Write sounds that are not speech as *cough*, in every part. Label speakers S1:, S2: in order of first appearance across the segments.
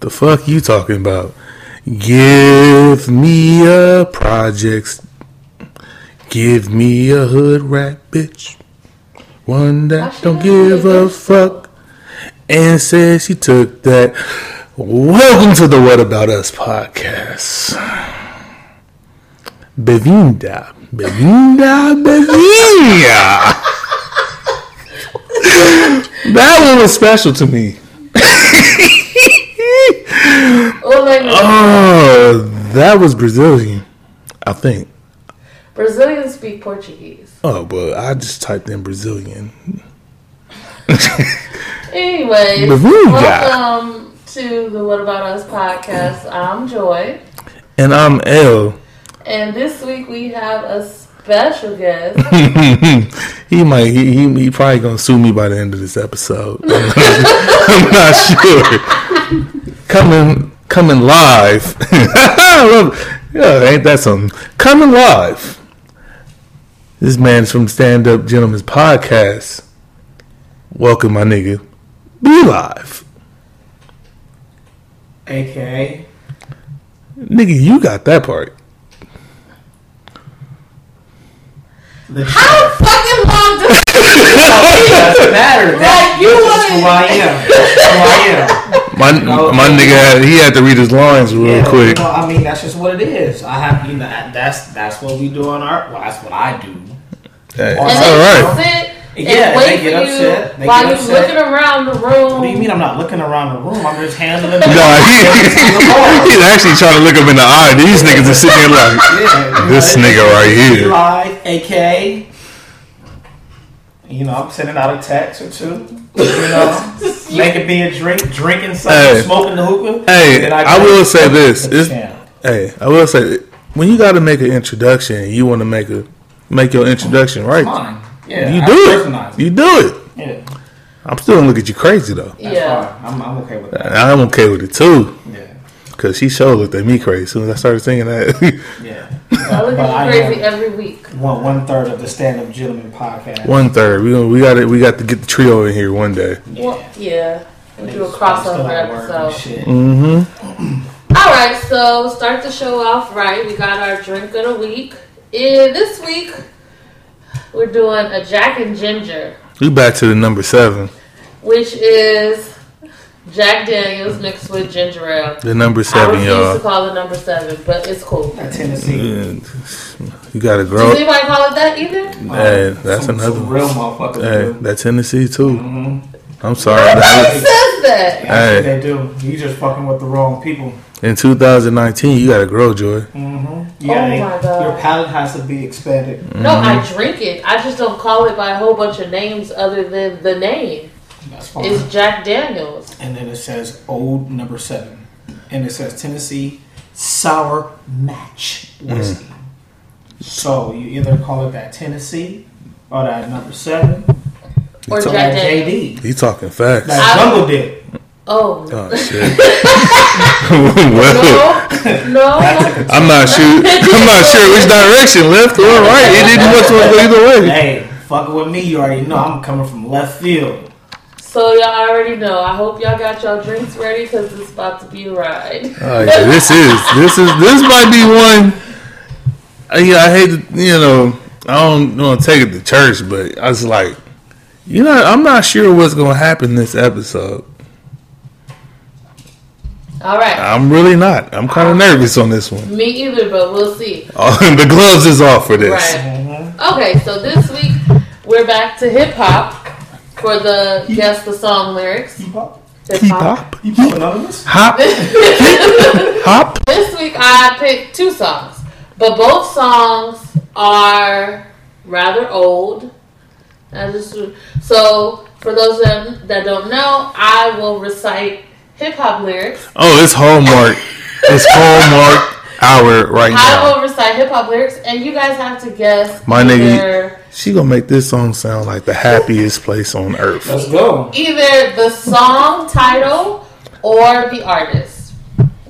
S1: The fuck you talking about? Give me a projects. Give me a hood rat bitch. One that don't give a fuck. And says she took that. Welcome to the What About Us podcast. Bevinda. Bevinda, Bevinda. that one was special to me.
S2: Oh my god.
S1: Uh-huh. Oh, that was Brazilian, I think.
S2: Brazilians speak Portuguese.
S1: Oh, but I just typed in Brazilian.
S2: Anyways,
S1: Brazilian.
S2: uh, welcome to the What About Us podcast. I'm Joy.
S1: And I'm L. *laughs*
S2: And this week we have a
S1: *laughs*
S2: special guest.
S1: he might, he, he, he probably gonna sue me by the end of this episode. *laughs* I'm not sure. Coming, coming live. *laughs* I love, yeah, ain't that something? Coming live. This man's from Stand Up Gentlemen's Podcast. Welcome, my nigga. Be live.
S3: AKA.
S1: Nigga, you got that part.
S3: The
S2: How fucking long does
S3: doesn't matter. That,
S2: Like, you
S3: that's just
S2: wouldn't-
S3: who I am. That's who I
S1: *laughs*
S3: am.
S1: My
S3: No.
S1: my nigga had he had to read his lines real
S3: Yeah,
S1: quick.
S3: you know, I mean, that's just what it is. I have, you know, that- that's that's what we do on our. Well, that's what I do.
S1: Hey, it's
S2: and
S3: And they
S1: all
S2: they
S1: right.
S2: sit and
S3: Yeah,
S2: wait
S3: they
S2: for
S3: get
S2: you
S3: upset. They
S2: while
S3: get
S2: you're
S3: upset.
S2: looking around the room?
S3: What do you mean? I'm not looking around the room. I'm just handling.
S1: No,
S3: The *laughs*
S1: he, *laughs* he's actually trying to look him in the eye. These niggas are sitting here like,
S3: Yeah, you
S1: *laughs* This
S3: know,
S1: nigga
S3: it's-
S1: right
S3: it's
S1: here.
S3: Live, aka. You know, I'm sending out a text or two. You know,
S1: *laughs*
S3: making me a drink, drinking something,
S1: Hey.
S3: smoking the hookah.
S1: hey,
S3: and
S1: I will say this. It's,
S3: Yeah.
S1: hey, I will say that when you got to make an introduction, you want to make a make your introduction right.
S3: Mine. Yeah,
S1: You
S3: I
S1: do
S3: personalize
S1: it. You do it.
S3: Yeah,
S1: I'm still gonna look at you crazy though.
S3: that's
S2: yeah.
S3: fine. I'm, I'm okay with that.
S1: And I'm okay with it too,
S3: Yeah,
S1: cause she sure looked at me crazy as soon as I started singing that. *laughs*
S2: *laughs*
S3: yeah.
S2: I look
S3: But I
S2: at
S3: am
S2: you crazy every week.
S3: one one third of the stand up gentleman podcast.
S1: one third. We gonna- we got to we got to get the trio in here one day.
S3: Yeah.
S2: Well, yeah. We do a
S3: Niggas probably still
S2: crossover
S3: at work and
S2: episode.
S3: shit.
S1: Mm-hmm.
S2: All right, so start the show off right. We got our drink of the week. Eh, this week, we're doing a Jack and Ginger,
S1: We back to the number seven.
S2: which is Jack Daniels mixed with ginger ale.
S1: The number
S2: I
S1: seven,
S2: refuse to
S1: y'all.
S2: call it number seven, but it's cool.
S3: That Tennessee.
S1: Mm, You gotta grow.
S2: Does anybody call it that either?
S3: uh,
S1: Hey, that's
S3: some,
S1: another.
S3: some
S1: one.
S3: real motherfuckers.
S1: Hey,
S3: do.
S1: that Tennessee too.
S3: Mhm.
S1: I'm sorry.
S2: Who
S1: that-
S2: says that?
S3: Yeah, that's what
S1: Hey.
S3: they do. You just fucking with the wrong people.
S1: In 2019, you gotta grow, Joy.
S3: Mm-hmm. Yeah,
S2: Oh my God.
S3: your palate has to be expanded.
S2: No, I
S1: Mm-hmm.
S2: drink it. I just don't call it by a whole bunch of names other than the name.
S3: That's fine.
S2: It's Jack Daniels.
S3: and then it says old number seven, and it says Tennessee sour match whiskey. So you either call it that Tennessee or that number seven
S2: Or
S3: or
S2: Jack
S3: that
S2: Daniels.
S3: JD.
S1: He talking facts.
S3: That jungle dip.
S1: *laughs*
S2: Oh.
S1: Oh shit. well,
S2: No, no.
S1: I'm not sure. I'm not sure which direction, left or right. It didn't want to go either way.
S3: Hey, fucking with me, you already know I'm coming from left field.
S2: So y'all already know. I hope y'all got y'all drinks ready because it's about to be a ride.
S1: Oh, yeah, this is this is this might be one. I, yeah, I hate to, you know I don't want to take it to church, but I was like, you know, I'm not sure what's gonna happen this episode.
S2: All right.
S1: I'm really not. I'm kind of nervous on this one. *laughs*
S2: Me either, but we'll see.
S1: Oh, the gloves is off for this.
S2: Right.
S3: Mhm.
S2: Okay. So this week we're back to hip hop for the guess the song lyrics.
S3: You pop,
S2: Hip
S1: Keep up.
S3: you pop anonymous?
S1: Hop, hop.
S2: This week I picked two songs, but both songs are rather old. I just so for those that that don't know, I will recite hip hop lyrics.
S1: Oh, it's Hallmark. It's Hallmark hour right
S2: I
S1: now.
S2: will recite hip hop lyrics, and you guys have to guess
S1: My
S2: either,
S1: She gonna make this song sound like the happiest place on earth.
S3: Let's go.
S2: either the song title or the artist.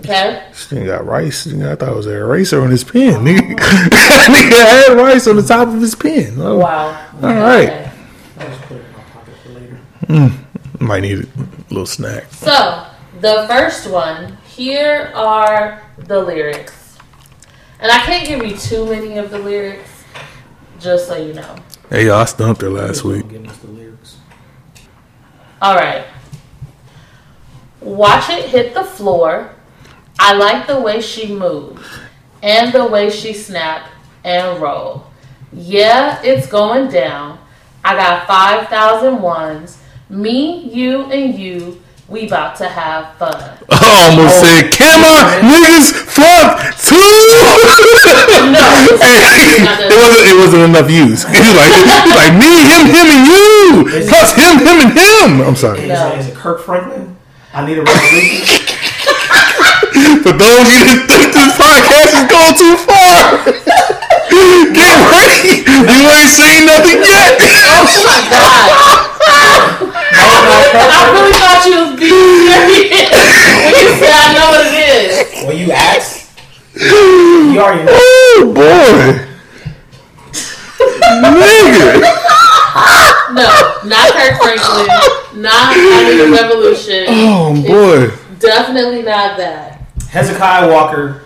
S2: Okay,
S1: This nigga got rice. This nigga- I thought it was an eraser on his pen. Nigga, *laughs* nigga had rice on the top of his pen. Oh,
S2: wow.
S1: All right,
S2: Okay.
S3: I'll just put it in my pocket for later.
S1: might need a little snack.
S2: So The first one, here are the lyrics. And I can't give you too many of the lyrics, just so you know.
S1: Hey, y'all, I stumped her last week.
S3: Please
S1: *laughs*
S3: don't Give us the lyrics.
S2: All right. Watch it hit the floor. I like the way she moved and the way she snapped and rolled. Yeah, it's going down. I got 5,000 ones. Me, you, and you, we about to have fun.
S1: I almost said, "Can my niggas fuck too?" *laughs*
S2: No.
S1: Hey, it wasn't. It wasn't enough use. *laughs* He's like, he's like me, him, him, and you, plus him, him, and him. I'm sorry.
S2: No.
S3: Is, it, is it Kirk Franklin? I need a resolution.
S1: For those of you that think this podcast is going too far, *laughs* get ready. You ain't seen nothing yet. *laughs*
S2: Oh my god. *laughs* I really thought you was being serious *laughs* when you said I know what it is.
S3: well, you asked. You already know.
S1: oh boy, nigga.
S2: No, not Kirk Franklin, not Under the Revolution,
S1: Oh boy.
S2: definitely not that.
S3: Hezekiah Walker,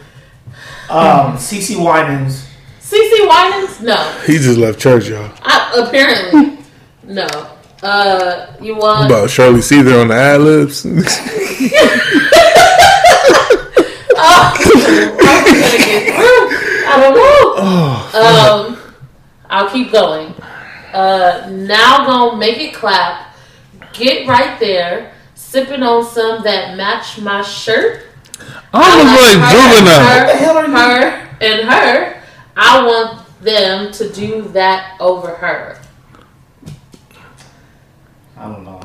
S3: um, CC Winans.
S2: CC Winans? No.
S1: He just left church, y'all.
S2: I, apparently, no. Uh, you want
S1: About Shirley Caesar on the ad libs. *laughs*
S2: Oh, *laughs* I'm gonna get through. I don't
S1: Oh,
S2: know. um, I'll keep going. Uh, now gonna make it clap. Get right there, sipping on some that match my shirt.
S1: I was like juvenile.
S3: the hell are
S2: her,
S3: you-
S2: her, and her. I want them to do that over her.
S3: I don't know.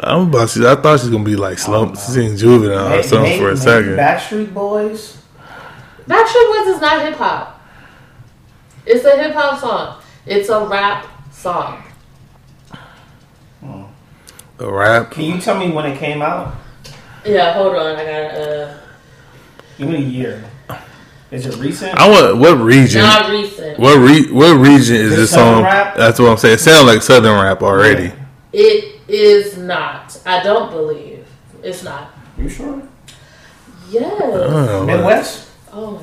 S1: I'm about to. I thought she was gonna be like slump, seeing juvenile or
S3: Maybe-
S1: something Uh, for a
S3: maybe
S1: second.
S3: Backstreet Boys.
S2: Backstreet Boys is not hip hop. It's a hip hop song. It's a rap song.
S1: A rap.
S3: Can you tell me when it came out?
S2: Yeah, hold on. I gotta. Uh,
S3: Give me a year. Is it recent?
S1: I want what region?
S2: Not recent.
S1: What re, What region is
S3: Is it
S1: this
S3: southern
S1: song?
S3: rap?
S1: That's what I'm saying. It sounds like southern rap already.
S2: It is not. I don't believe it's not.
S3: You sure?
S2: Yes.
S1: Oh,
S3: Midwest
S2: Oh my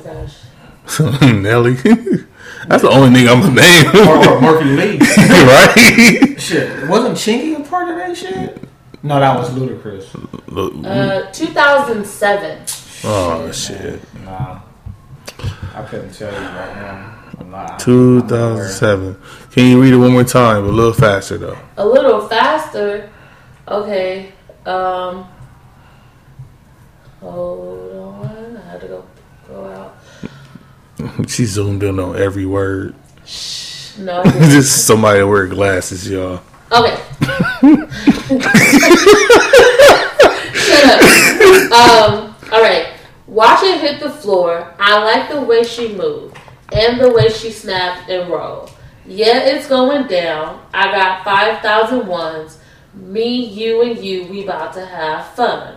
S1: *laughs*
S2: gosh.
S1: Nelly. That's the only nigga I'm gonna name, *laughs*
S3: or, or Murphy Lee?
S1: right? *laughs*
S3: *laughs* shit, wasn't Chingy a part of that shit? No, that was ludicrous.
S2: Uh, 2007.
S1: oh shit.
S3: Nah, I couldn't tell you right now. I'm not.
S1: 2007. Can you read it one more time, but a little faster though? *laughs*
S2: A little faster. Okay. Um. Hold on. I had to go go out.
S1: She zoomed in on every word. *laughs*
S2: No. I didn't.
S1: Just somebody that wear glasses, y'all.
S2: Okay. Shut up. Um, all right. Watch it hit the floor. I like the way she moved and the way she snapped and rolled. Yeah, it's going down. I got 5,000 ones. Me, you, and you, we about to have fun.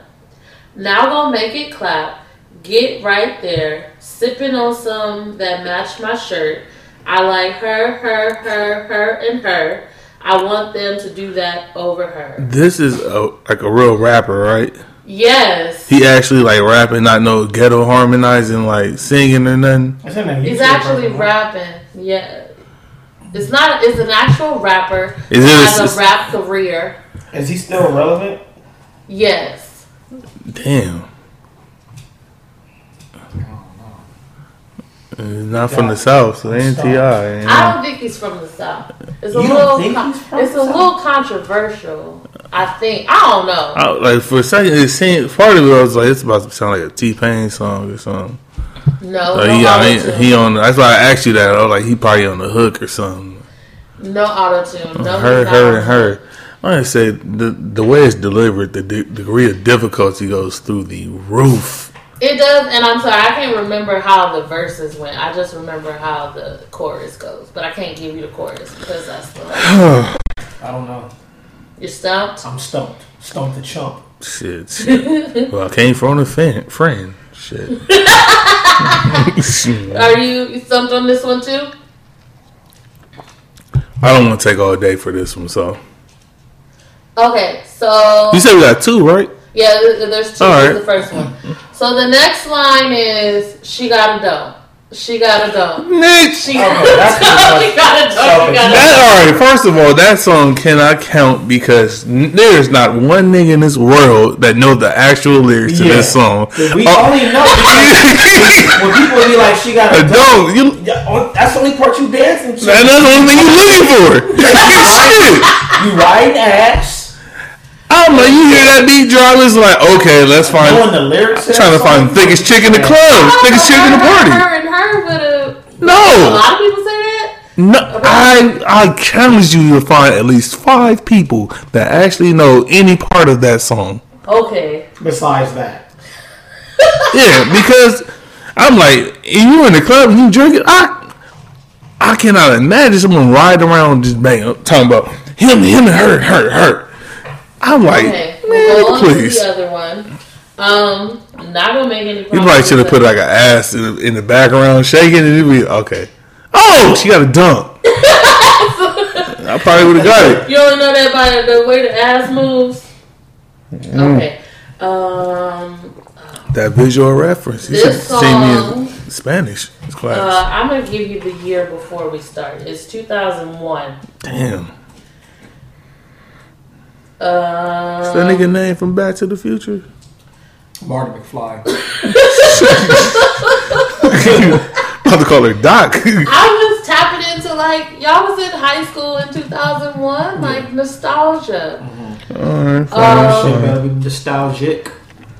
S2: Now gonna make it clap. Get right there. Sipping on some that match my shirt. I like her, her, her, her, and her. I want them to do that over her.
S1: This is a like a real rapper, right?
S2: Yes.
S1: He actually like rapping, not no ghetto harmonizing, like singing or nothing.
S3: It's in that
S2: He's
S3: YouTube
S2: actually
S3: version.
S2: rapping. Yeah. It's not it's an actual rapper.
S1: Is
S2: has a
S1: this
S2: rap career.
S3: Is he still relevant?
S2: Yes.
S1: damn? It's not from the south, so they ain't Ti. you
S2: I
S1: know.
S2: don't think he's from the South. It's a
S3: You don't
S2: little
S3: think
S2: con-
S3: he's from
S2: it's
S3: the
S2: a
S3: South?
S2: little controversial. I think I don't know.
S1: I, like for a second, it seemed part of it. I was like, it's about to sound like a T Pain song or something.
S2: No,
S1: Like,
S2: Oh, no
S1: uh, he, I
S2: auto
S1: ain't- he on. That's why I asked you that. I was like, he probably on the hook or something.
S2: No auto tune. No,
S1: her,
S2: he's not.
S1: her, and her. I would say the the way it's delivered, the de- degree of difficulty goes through the roof. *sighs*
S2: It does, and I'm sorry, I can't remember how the verses went. I just remember how the chorus goes, but I can't give you the chorus because that's the
S3: I don't know.
S2: you're stumped.
S3: I'm stumped. Stumped the chump.
S1: Shit. shit. well, I came from a fan, friend. Shit. *laughs*
S2: Are you, you stumped on this one too?
S1: I don't want to take all day for this one, so.
S2: Okay, so
S1: You said we got two, right?
S2: Yeah, th- there's two.
S1: All
S2: This
S1: right.
S2: is The first one. So the next line is she got a dough. She got a dough.
S1: Next.
S2: She
S3: Okay, that's pretty
S2: totally got a dough. She got a dough.
S1: That all right. First of all, that song cannot count because n- there's not one nigga in this world that know the actual lyrics to
S3: Yeah.
S1: this song. *laughs*
S3: We
S1: Oh,
S3: only know when people be like, she got a dope.
S1: don't you?
S3: Yeah, oh, that's the only part you dancing to.
S1: That's the only thing you looking for. *laughs* Shit.
S3: You riding ass,
S1: I don't know. You hear that beat drop? It's like okay, let's
S3: doing
S1: find.
S3: the lyrics. to
S1: Trying
S3: that
S1: to find
S3: song.
S1: thickest chick in the
S2: I
S1: club, *laughs*
S2: don't
S1: thickest
S2: know,
S1: chick in the
S2: her-
S1: party.
S2: Her and her would have. A
S1: No,
S2: lot of people say that.
S1: no. I I challenge you to find at least five people that actually know any part of that song.
S2: Okay.
S3: Besides that,
S1: Yeah, because I'm like, and you in the club and you drinking. I I cannot imagine someone riding around just bang talking about him, him, and her, her, her. I'm like,
S2: Okay.
S1: man,
S2: We'll go on
S1: please.
S2: to the other one. Um, not gonna make any.
S1: You probably
S2: promises,
S1: should have put like
S2: but-
S1: an ass in the, in the background shaking, and you'd be okay. Oh, she got a
S2: *laughs*
S1: dump. I probably would have got it.
S2: You only know that by the way the ass moves.
S1: Mm.
S2: Okay. Um,
S1: That visual reference. You should
S2: This
S1: see me
S2: song-
S1: in Spanish class.
S2: uh, I'm gonna give you the year before we start. It's 2001.
S1: Damn,
S2: Uh,
S1: is that nigga name from Back to the Future?
S2: *laughs*
S1: *laughs*
S3: Marty McFly.
S1: About to call her Doc. *laughs*
S2: I was tapping into like y'all was in high school in 2001, like nostalgia.
S1: Alright,
S2: Uh,
S3: Shit better be nostalgic.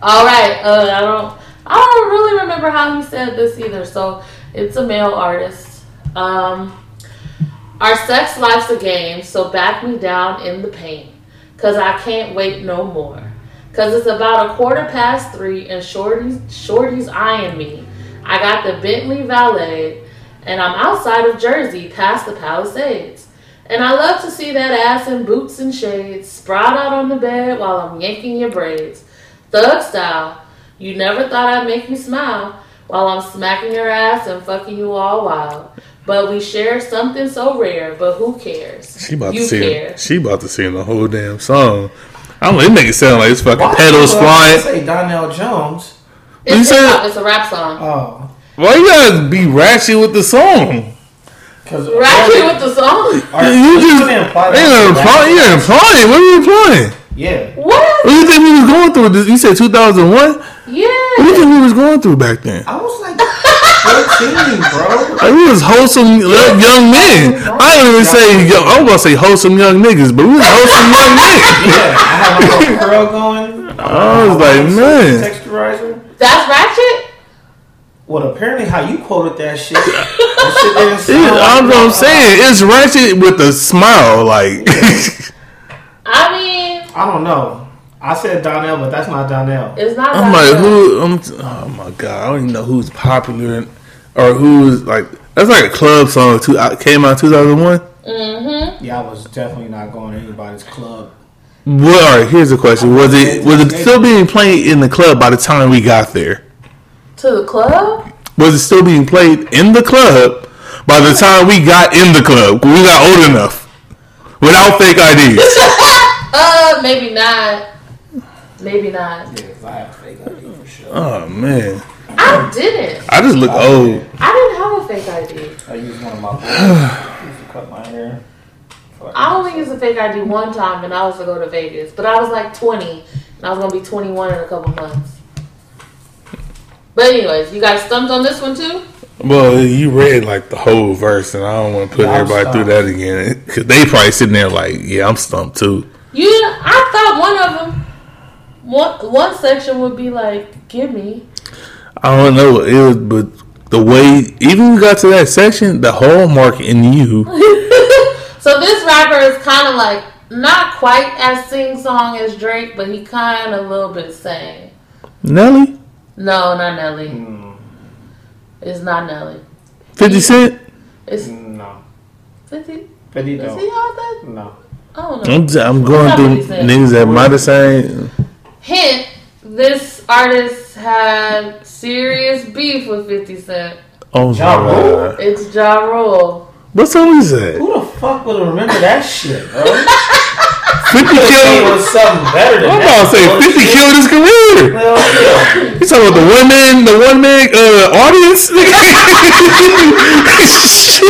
S2: All right, uh, I don't, I don't really remember how he said this either. So it's a male artist. Um, our sex life's a game, so back me down in the pain, cause I can't wait no more. Cause it's about a quarter past three, and Shorty's Shorty's eyeing me. I got the Bentley valet, and I'm outside of Jersey, past the Palisades. And I love to see that ass in boots and shades, sprawled out on the bed while I'm yanking your braids. Thug style. You never thought I'd make you smile while I'm smacking your ass and fucking you all wild. But we share something so rare, but who cares?
S1: She about
S2: you
S1: to sing.
S2: care.
S1: She about to sing the whole damn song. I'm like, it make it sound like it's fucking
S3: Why
S1: pedals
S3: people
S1: flying.
S3: Say Donnell Jones.
S1: You
S2: It's,
S1: said-
S2: hip-hop, it's a rap song.
S3: Oh,
S1: Why you gotta be ratchet with the song?
S3: because
S1: *laughs*
S2: Ratchet with the song.
S1: You just
S3: gonna imply that
S1: you're
S3: he's
S1: implying. You're implying. What are you implying?
S3: Yeah.
S2: What?
S1: What do you think we was going through? This- You said 2001. What do you
S2: Yeah.
S1: think we was going through back then?
S3: I was like 13, bro.
S1: Like we was wholesome young young men. I ain't even say yo- I'm gonna say wholesome young niggas, but we was wholesome young men.
S3: Yeah, I had my little curl going.
S1: I was like, man.
S3: Texturizer.
S2: That's Ratchet?
S3: Well, apparently how you quoted that shit. That
S1: *laughs*
S3: shit didn't
S1: It,
S3: sound
S1: I'm,
S3: like-
S1: I'm saying it's ratchet with a smile, like *laughs*
S2: I mean,
S3: I don't know. I said Donnell, but that's not Donnell.
S2: it's not
S1: I'm
S2: Ratchet.
S1: like who? I'm, oh my god, I don't even know who's popular or who's like that's like a club song too. Out, came out 2001.
S3: Yeah, I was definitely not going to anybody's club.
S1: Well, all right, here's the question: Was it was it still being played in the club by the time we got there?
S2: To the club?
S1: Was it still being played in the club by the time we got in the club? We got old enough without fake IDs.
S2: Uh, maybe not. Maybe not.
S3: Yeah, 'cause I have fake ID for sure.
S1: Oh man,
S2: I didn't.
S1: I just look old.
S2: I didn't have a fake ID.
S3: I used one of my boys to cut my hair.
S2: I only used a fake ID one time, and I was to go to Vegas. But I was like 20, and I was gonna be 21 in a couple months. But anyways, you guys stumped on this one too.
S1: Well, you read like the whole verse, and I don't want to put
S3: Yeah, I'm
S1: everybody through
S3: stumped.
S1: that again. Cause they probably sitting there like, "Yeah, I'm stumped too."
S2: You, I thought one of them, one one section would be like, "Give me."
S1: I don't know what it was, but the way even you got to that section, the hallmark in you,
S2: So this rapper is kind of like not quite as sing song as Drake, but he kind of a little bit sang.
S1: Nelly,
S2: No, not Nelly.
S3: Mm,
S2: It's not Nelly.
S1: Fifty Cent.
S2: It's
S3: No.
S2: 50.
S3: But he
S2: Is he
S3: don't.
S2: all that?
S3: No.
S2: I don't know.
S1: I'm, j am going
S2: That's what he
S1: through
S2: said.
S1: niggas that might have sang.
S2: Hint, this artist had serious beef with 50 Cent.
S1: Oh my
S3: Ja Rule?
S1: god,
S2: It's Ja Rule.
S1: what song is that? *laughs*
S3: Who the fuck would remember that shit, bro?
S1: Fifty
S3: It
S1: killed.
S3: was something better than
S1: I'm
S3: that.
S1: about to say Fifty killed his career.
S3: Well, yeah.
S1: You talking about the one man, the one man uh, audience? *laughs*
S2: You know,
S1: Shit.
S2: we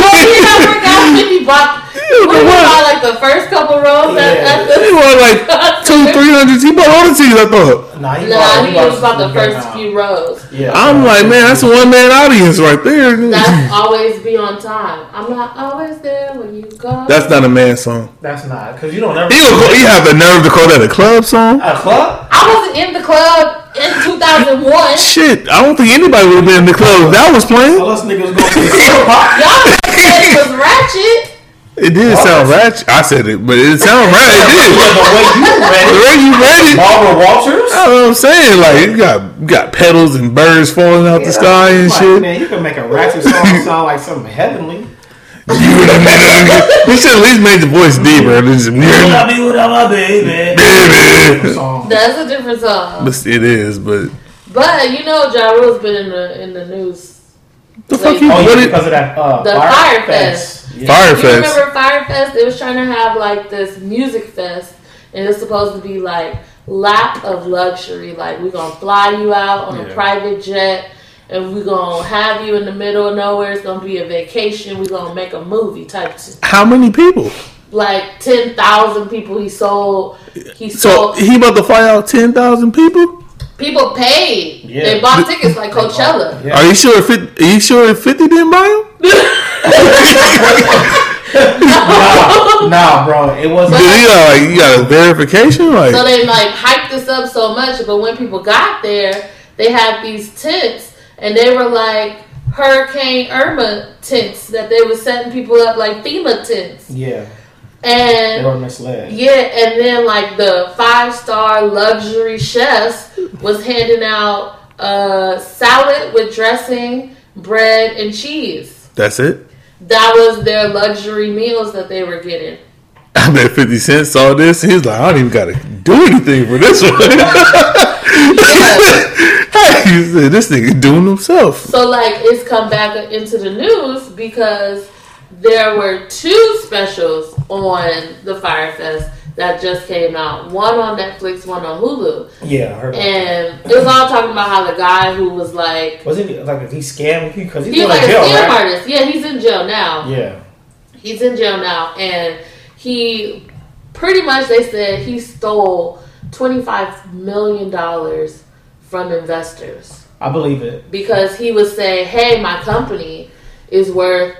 S2: got 50
S3: *laughs*
S2: bucks. We bought like the first couple rows at, at
S1: He
S2: the.
S1: won like two, three hundred. He bought all the teams. I thought.
S3: Nah, he
S2: Nah,
S3: bought-
S2: he
S3: bought
S2: was about the
S3: some
S2: first
S3: good
S2: few rows.
S3: now. Yeah,
S1: I'm
S3: bought
S1: like,
S3: some
S1: man,
S3: good
S1: that's a one man audience right there.
S2: That's always be on time. I'm not always there when you go.
S1: That's not a man song.
S3: That's not because you don't ever.
S1: He go, he have the nerve to call that a club song.
S3: a club.
S2: I wasn't in the club in 2001. Y'all
S1: Shit, I don't think anybody would have been in the club if that was playing.
S3: Unless niggas go to the *laughs*
S1: *laughs*
S2: said
S3: club.
S2: it was ratchet.
S1: It did sound ratchet. I said it, but it sounded ratchet. It did.
S3: But the way you
S1: The
S3: read it,
S1: way you read it,
S3: Barbara Walters.
S1: that's what I'm saying. Like you got you got petals and birds falling out the sky and
S3: like,
S1: shit.
S3: Man, you can make a ratchet song sound like something heavenly.
S1: We should at least made the voice deeper. It is-
S3: be without my baby? Song.
S2: That's a different song.
S1: But It is, but
S2: But you know, Ja Rule's been in the in the news.
S1: the fuck you
S3: Oh,
S1: what
S3: yeah,
S1: it?
S3: because of that uh,
S2: The Fyre Fest.
S3: Yeah.
S1: Fire
S2: You
S1: Fest.
S2: remember Fyre Fest? They was trying to have like this music fest, and it's supposed to be like lap of luxury. Like we gonna fly you out on a
S3: Yeah.
S2: private jet, and we gonna have you in the middle of nowhere. It's gonna be a vacation. We gonna make a movie type. s-
S1: How many people?
S2: Like ten thousand people he sold. He
S1: So
S2: sold.
S1: he about to fly out ten thousand people?
S2: people paid.
S3: Yeah.
S2: They bought tickets like Coachella.
S3: Yeah.
S1: Are you sure? Fit? Are you sure if Fifty didn't buy him?
S3: Nah, nah, bro, it wasn't.
S1: Did he uh, like you got a verification? Like
S2: So they like hyped this up so much, but when people got there, they had these tents and they were like Hurricane Irma tents that they were setting people up like FEMA tents.
S3: Yeah, they
S2: And
S3: were misled.
S2: yeah, and then like the five star luxury chefs was handing out uh salad with dressing, bread and cheese.
S1: that's it. *laughs*
S2: That was their luxury meals that they were getting.
S1: I bet Fifty Cent saw this. He's like, I don't even gotta do anything for this one. hey, he said, this nigga doing himself.
S2: So like it's come back into the news because there were two specials on the Firefest that just came out. One on Netflix, one on Hulu.
S3: Yeah, I heard. about that.
S2: And it was all talking about how the guy who was like
S3: Was it like if he scammed you? Because he's
S2: he was
S3: going
S2: like a
S3: to jail,
S2: scam
S3: right?
S2: artist. Yeah, he's in jail now.
S3: Yeah,
S2: He's in jail now and he pretty much they said he stole twenty five million dollars from investors.
S3: I believe it.
S2: because he was saying, "Hey, my company is worth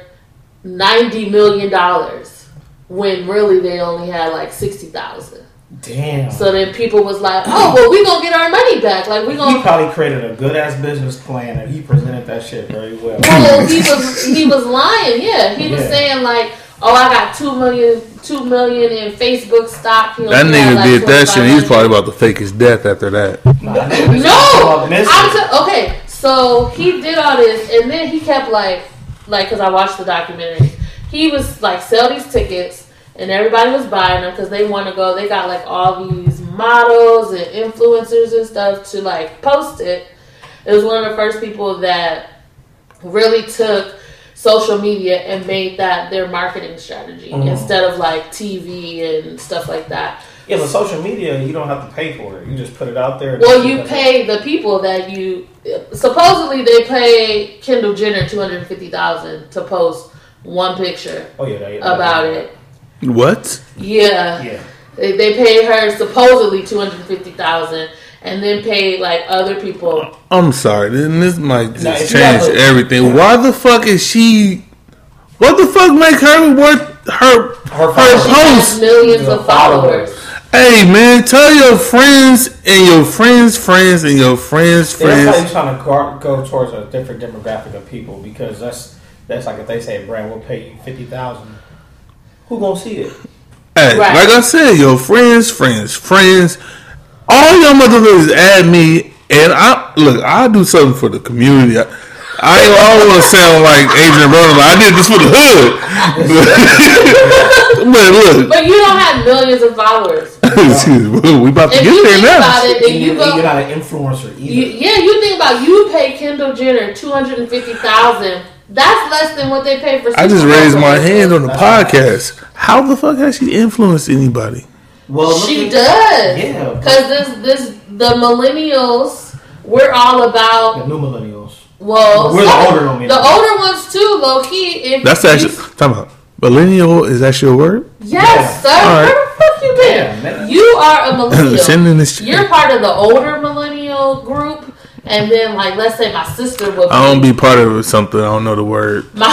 S2: ninety million dollars," when really they only had like sixty thousand.
S3: Damn.
S2: So then people was like, "Oh, well, we gonna get our money back. Like we
S3: he
S2: gonna."
S3: probably created a good ass business plan and he presented that shit very well.
S2: Well, he was he was lying. Yeah, he was
S3: Yeah.
S2: saying like, "Oh, I got two million, two million in Facebook stock." He
S1: That
S2: only had,
S1: nigga
S2: like,
S1: did that shit. He was
S2: 2500.
S1: probably about to fake his death after that.
S3: Nah, I know this is
S2: No,
S3: called
S2: I'm
S3: business.
S2: t- okay. So he did all this, and then he kept like, like, cause I watched the documentary. He was like, sell these tickets, and everybody was buying them because they want to go. They got like all these models and influencers and stuff to like post it. It was one of the first people that really took social media and made that their marketing strategy
S3: Mhm.
S2: instead of like TV and stuff like that.
S3: Yeah, but social media, you don't have to pay for it. You just put it out there.
S2: Well, you pay the people that you supposedly they pay Kendall Jenner two hundred fifty thousand to post one picture
S3: oh, yeah, that-
S2: about it.
S1: What?
S2: Yeah,
S3: Yeah.
S2: they, they paid her supposedly two hundred fifty thousand, and then paid like other people.
S1: I'm sorry, then this might just
S3: Nah, if you
S1: change
S3: have a-
S1: everything. Why the fuck is she? What the fuck make her worth her?
S3: Her,
S2: She
S3: followers.
S2: has millions of followers.
S1: Hey man, tell your friends and your friends' friends and your friends'
S3: That's how you're
S1: friends.
S3: trying to gar- go towards a different demographic of people because that's that's like if they say, "Brand, we'll pay you fifty thousand. Who gonna see it?
S1: Hey,
S2: Right.
S1: like I said, your friends, friends, friends. All your motherfuckers add me, and I look. I do something for the community. I, I ain't always sound like Adrian Broner. Like, I did this for the hood. *laughs* but look,
S2: But you don't have millions of followers.
S1: *laughs* we about to get
S2: If you
S1: there
S2: think
S1: now.
S2: about it, then
S3: And
S2: you
S3: you, are
S2: go.
S3: not an influencer either.
S2: You, yeah, you think about you pay Kendall Jenner two hundred and fifty thousand. That's less than what they pay for.
S1: I just
S2: Super Bowl
S1: raised my
S2: commercials.
S1: hand on the
S3: That's
S1: podcast. How the fuck has she influenced anybody?
S3: Well, look
S2: she
S3: at-
S2: does.
S3: Yeah, but
S2: Cause this this the millennials, we're all
S3: the
S2: about
S3: new millennials.
S2: well
S3: We're
S2: some-
S3: the older millennials.
S2: the older ones too, low key. If
S1: That's
S2: you-
S1: actually time out. Millennial is actually a word.
S2: Yes, sir.
S1: All right.
S2: Where the fuck you
S3: Yeah,
S2: been?
S3: man.
S2: You are a millennial.
S1: *laughs* Sending this.
S2: You're part of the older millennial group, and then like let's say my sister would.
S1: I don't be part of something. I don't know the word.
S2: my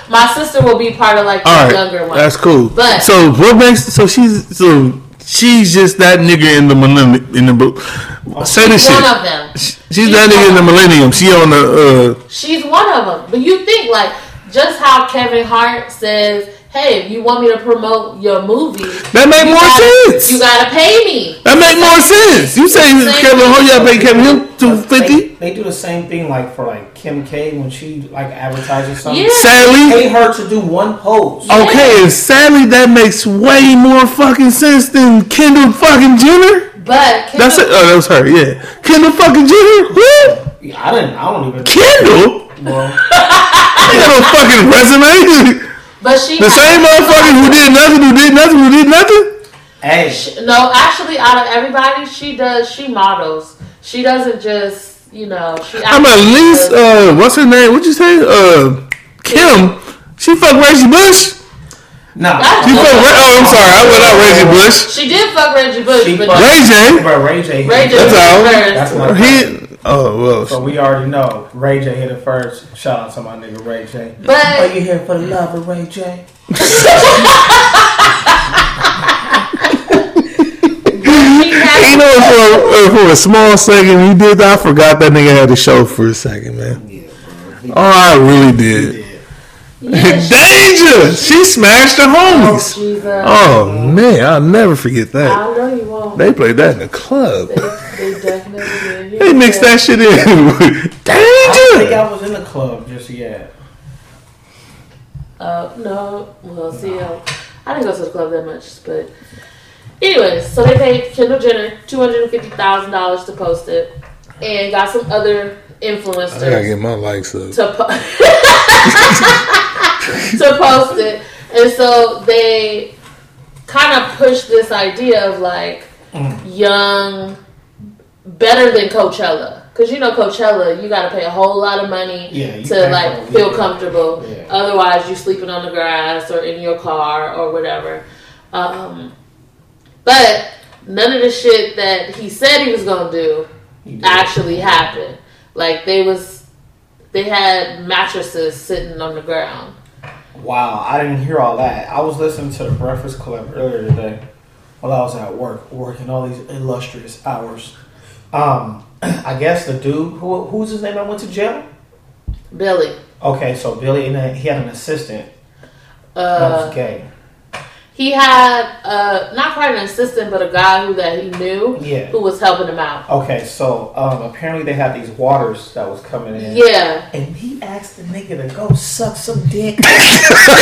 S2: *laughs* my sister will be part of like the
S1: All right,
S2: younger one.
S1: that's cool.
S2: But-
S1: so what makes? So she's so she's just that nigga in the millennium in the.
S2: Oh.
S1: bu- Say this
S2: She's
S1: shit.
S2: one of them.
S1: She- She's that nigga in the millennium. She on the. uh
S2: She's one of them. But you think like just how Kevin Hart says, "Hey, if you want me to promote your movie,
S1: That make
S2: you
S1: more
S2: gotta-
S1: sense.
S2: You gotta pay me."
S1: That make more sense. You say
S2: Same
S1: Kevin Hart, y'all pay Kevin Hill two
S3: They,
S1: fifty.
S3: they do the same thing like for like Kim K when she like advertises something.
S2: Yeah.
S1: Sadly,
S3: Pay her to do one pose.
S1: okay. and Sadly, that makes way more fucking sense than Kendall fucking Jenner.
S2: But Kevin,
S1: That's it. Oh, that was her. Yeah, Kendall fucking Jenner. Woo!
S3: I didn't. I don't even.
S1: Kendall.
S3: Well,
S1: Ain't got no fucking
S2: *laughs*
S1: resume.
S2: but she
S1: The
S2: has-
S1: same motherfucker who did nothing, who did nothing, who did nothing.
S3: hey,
S2: No, actually, out of everybody, she does. She models. She doesn't just you know. She
S1: I'm at
S2: actually
S1: least
S2: does-
S1: uh, what's her name? What'd you say? Uh, Kim. She fucked Reggie Bush.
S3: nah.
S2: That's-
S1: She fucked. Re- oh, I'm sorry. I went out Reggie Bush.
S2: she did fuck Reggie Bush,
S3: She
S2: but
S3: fucked-
S1: Ray J.
S3: But Ray J.
S2: Ray J.
S1: That's
S2: did
S1: all.
S2: first.
S3: That's my.
S1: He. Oh
S3: So
S1: well.
S3: we already know Ray J hit it first. Shout out to my nigga Ray J. Are
S2: But
S3: you here for the love of Ray J?
S1: *laughs*
S2: she
S1: You
S2: has.
S1: know, for, uh, for a small second, he did. I forgot that nigga had a show for a second, man. Oh, I really did.
S2: Yeah,
S1: *laughs*
S2: she-
S1: Danger. She smashed the
S2: oh,
S1: homies.
S2: Jesus.
S1: Oh man, I'll never forget that.
S2: I know you won't.
S1: They played that in the club.
S2: They, they definitely did.
S1: They mixed that shit in. *laughs*
S3: I don't think
S1: Danger.
S3: I was in the club just yet.
S2: Uh, no, well, see, um, I didn't go to the club that much, but anyways, so they paid Kendall Jenner two hundred and fifty thousand dollars to post it, and got some other
S1: I gotta
S2: influencers
S1: get my likes up.
S2: to po- *laughs* to post it, and so they kind of pushed this idea of like
S3: Mm.
S2: young, better than Coachella. Cause you know Coachella, you gotta pay a whole lot of money
S3: Yeah, you
S2: to
S3: pay
S2: like
S3: for it,
S2: feel
S3: yeah.
S2: comfortable.
S3: Yeah.
S2: Otherwise, you sleeping on the grass or in your car or whatever. Um, but none of the shit that he said he was gonna do
S3: You did.
S2: actually happened. Like they was, they had mattresses sitting on the ground.
S3: Wow, I didn't hear all that. I was listening to the Breakfast Club earlier today while I was at work, working all these illustrious hours. Um, *clears throat* I guess the dude who who's his name? I went to jail.
S2: Billy,
S3: Okay, so Billy and then he had an assistant that
S2: uh,
S3: was gay.
S2: he had uh, not quite an assistant, but a guy who that he knew
S3: Yeah.
S2: who was helping him out.
S3: Okay, so um, apparently they had these waters that was coming in.
S2: Yeah,
S3: And he asked the nigga to go suck some dick.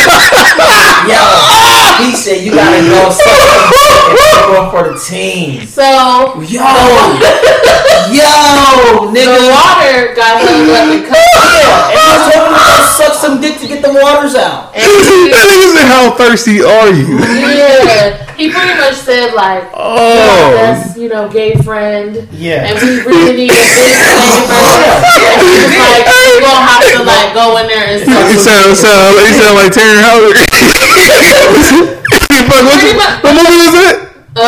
S3: Yo, he said you gotta go suck some dick and keep going for the team.
S2: so
S3: Yo, yo,
S2: the
S3: nigga.
S2: water got held up and cut.
S3: Yeah, and I told him to go suck some dick to get the waters
S1: *laughs*
S3: out.
S1: that nigga said, "How thirsty are you?"
S2: Yeah, he pretty much said like, "Oh,
S1: Oh,
S2: that's you know, gay friend, and
S3: Yeah.
S2: we really
S3: *laughs*
S2: need a big flavor."
S3: Oh, Yeah.
S2: And he was like, "You gonna have to like go in there and
S1: he
S2: stuff."
S1: sound, sound, he sound like Terry Howard. *laughs* Fuck, what,
S2: Pretty
S1: you,
S2: much.
S1: what movie was that?
S2: Uh,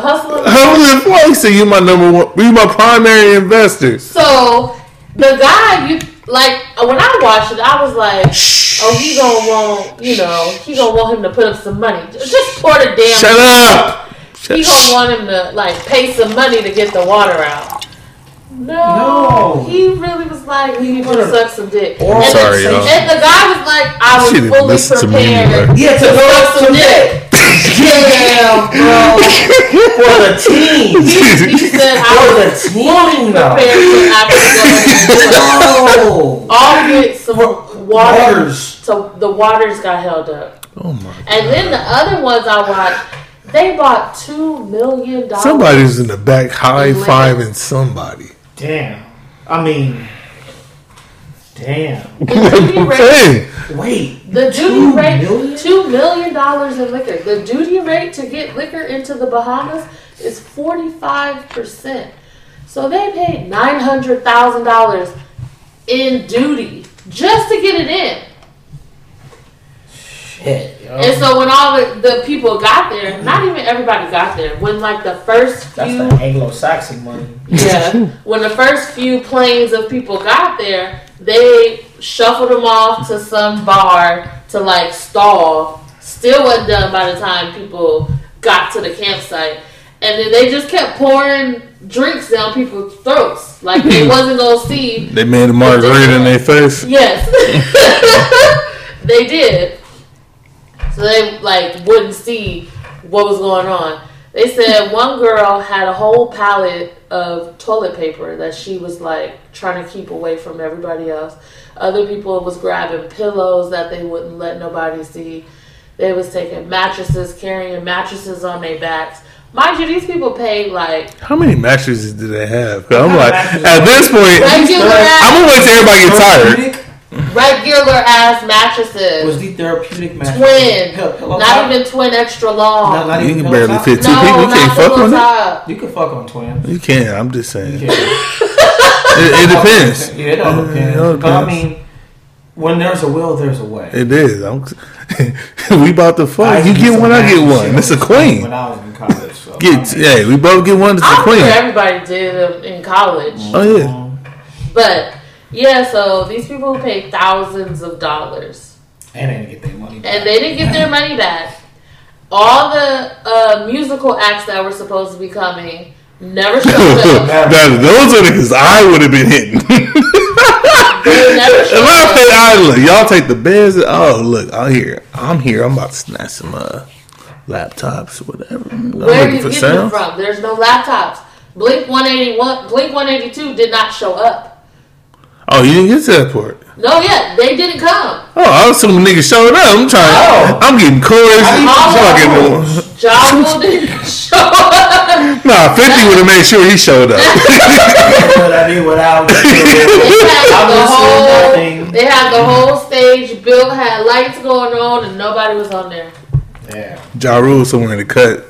S2: hustling.
S1: How was it? Well, he said, "You my number one, you my primary investor."
S2: So the guy, you like when I watched it, I was like, "Oh, he gonna want you know, he gonna want him to put up some money. Just pour the damn
S1: Shut *laughs* up.
S2: He gonna want him to like pay some money to get the water out. No,
S3: No.
S2: he really was like, "We need you to suck some dick."
S3: I'm
S2: and,
S1: sorry,
S2: the,
S1: y'all.
S2: and the guy was like, "I
S1: She didn't
S2: was
S1: listen
S2: fully
S1: to me
S2: prepared."
S1: either.
S3: Yeah, to
S2: Suck
S3: go
S2: some
S3: some
S2: dick.
S3: dick Damn, bro. for the team.
S2: *laughs* He said, "I
S3: For
S2: was
S3: the team,
S2: prepared
S3: though.
S2: to
S1: *laughs*
S2: actually go in."
S3: No.
S2: All get some water.
S3: Waters.
S2: So the waters got held up,
S1: Oh my!
S2: and then the other ones I watched, they bought two million dollars.
S1: Somebody's in the back high fiving somebody.
S3: Damn. I mean, Damn.
S2: The duty
S1: *laughs*
S2: rate,
S1: Hey,
S3: Wait.
S2: the duty
S3: Two
S2: rate,
S3: million?
S2: two million dollars in liquor. The duty rate to get liquor into the Bahamas is forty-five percent. So they paid nine hundred thousand dollars in duty just to get it in.
S3: Shit. Yo.
S2: And so when all the, the people got there, not even everybody got there. When like the first
S3: That's
S2: few
S3: the Anglo-Saxon money.
S2: Yeah. when the first few planes of people got there, they shuffled them off to some bar to like stall. Still wasn't done by the time people got to the campsite. And then they just kept pouring drinks down people's throats. Like they wasn't gonna see.
S1: they made a margarita in their
S3: *laughs*
S1: face.
S2: Yes. *laughs* they did. So they like wouldn't see what was going on. They said one girl had a whole pallet of toilet paper that she was like trying to keep away from everybody else. Other people was grabbing pillows that they wouldn't let nobody see. They was taking mattresses, carrying mattresses on their backs. Mind you, these people paid like
S1: How many mattresses did they have? 'Cause I'm
S3: What
S1: like,
S3: kind of
S1: at this point,
S2: regular
S1: I'm
S2: ass,
S1: gonna wait till everybody gets tired.
S3: Therapeutic?
S2: regular ass mattresses.
S3: Was the therapeutic mattress?
S2: Twin.
S3: Pill- *laughs* pillow
S2: Not
S3: top?
S2: even twin extra long.
S3: Not, not
S1: You
S3: even
S1: can
S3: pillow
S1: barely
S3: top?
S1: fit two
S2: no,
S1: people. You
S2: not
S1: can't fuck
S2: pillow
S1: on it.
S2: top.
S3: You can fuck on twins.
S1: You can. I'm just saying. *laughs* It,
S3: Yeah.
S1: it depends.
S3: Yeah, it all depends.
S1: it all
S3: But I
S1: depends.
S3: mean, when there's a will, there's a way.
S1: It is. I'm, *laughs* we about to fuck.
S3: I
S1: you
S3: used to do
S1: get
S3: some
S1: one. I
S3: nasty
S1: get
S3: shit
S1: one. It's a
S3: When
S1: queen.
S3: I was in college, so
S1: Get.
S3: I'm-
S1: Hey, we both get one. It's a
S2: I'm sure
S1: queen.
S2: everybody did them in college.
S1: Oh yeah. *laughs*
S2: But yeah, so these people paid thousands of dollars
S3: And they didn't get their money. back.
S2: and they didn't get their money back. All the uh, musical acts that were supposed to be coming
S1: *laughs*
S2: never showed up.
S1: now, those are because I would have been hitting. *laughs*
S2: They never
S1: if
S2: showed
S1: I
S2: up.
S1: pay, I look. Y'all take the beds. Oh, look, I'm here. I'm here. I'm about to snatch some uh, laptops, whatever. I'm
S2: Where are
S1: looking
S2: you
S1: for
S2: getting
S1: sound.
S2: them from? There's no laptops. Blink 181, Blink 182 did not show up.
S1: Oh, you didn't get to that part.
S2: No, yeah, they didn't come.
S1: Oh, I was assuming niggas showed up. I'm trying.
S3: Oh.
S1: I'm getting chorus.
S3: I didn't
S1: I'm
S3: know.
S1: fucking.
S2: Ja Rule didn't *laughs* show up.
S1: Nah, Fifty would have made sure he showed up. *laughs*
S3: But I did what I was
S2: They
S3: doing.
S2: had
S3: I
S2: the
S3: was seeing
S2: whole-
S3: nothing.
S2: They had the whole stage built, had lights going on, and nobody was on there. *laughs*
S3: Yeah.
S1: ja Rule somewhere in the cut.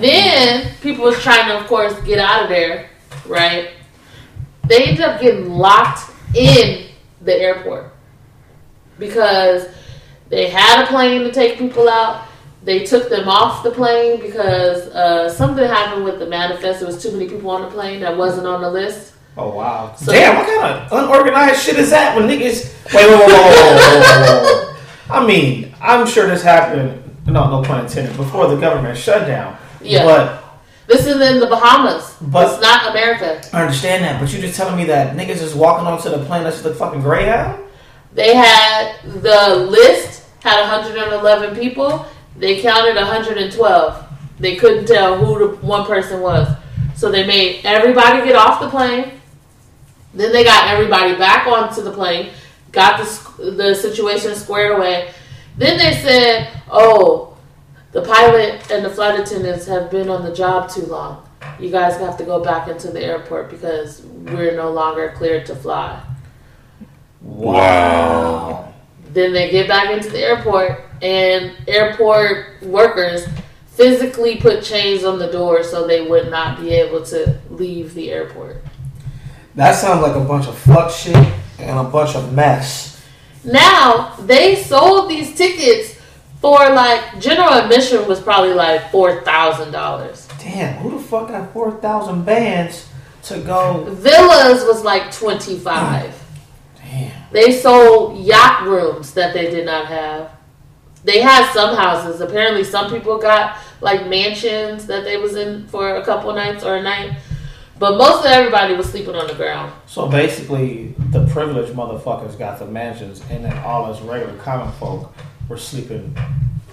S2: Then people was trying to, of course, get out of there, right? They ended up getting locked in the airport because they had a plane to take people out. They took them off the plane because uh, something happened with the manifest. There was too many people on the plane that wasn't on the list.
S3: Oh wow.
S2: So-
S3: Damn, what kind of unorganized shit is that when niggas? *laughs* Wait, whoa, whoa, whoa, whoa, whoa, whoa, whoa. I mean, I'm sure this happened. No, no pun intended. Before the government shutdown.
S2: Yeah.
S3: But
S2: This is in the Bahamas.
S3: But-
S2: it's not America.
S3: I understand that, but you just telling me that niggas is walking onto the plane that's just a fucking greyhound?
S2: They had the list had 111 people. They counted 112. They couldn't tell who the one person was, so they made everybody get off the plane. Then they got everybody back onto the plane, got the sc- the situation squared away. Then they said, "Oh, the pilot and the flight attendants have been on the job too long. You guys have to go back into the airport because we're no longer cleared to fly."
S1: Wow.
S2: Then they get back into the airport, and airport workers physically put chains on the door so they would not be able to leave the airport.
S3: That sounds like a bunch of fuck shit and a bunch of mess.
S2: Now they sold these tickets for like general admission was probably like four thousand dollars.
S3: Damn, who the fuck got 4,000 bands to go?
S2: Villas was like twenty five.
S3: Damn.
S2: They sold yacht rooms that they did not have. They had some houses. Apparently, some people got like mansions that they was in for a couple nights or a night. But most of everybody was sleeping on the ground.
S3: So basically, the privileged motherfuckers got the mansions, and then all us regular common folk were sleeping.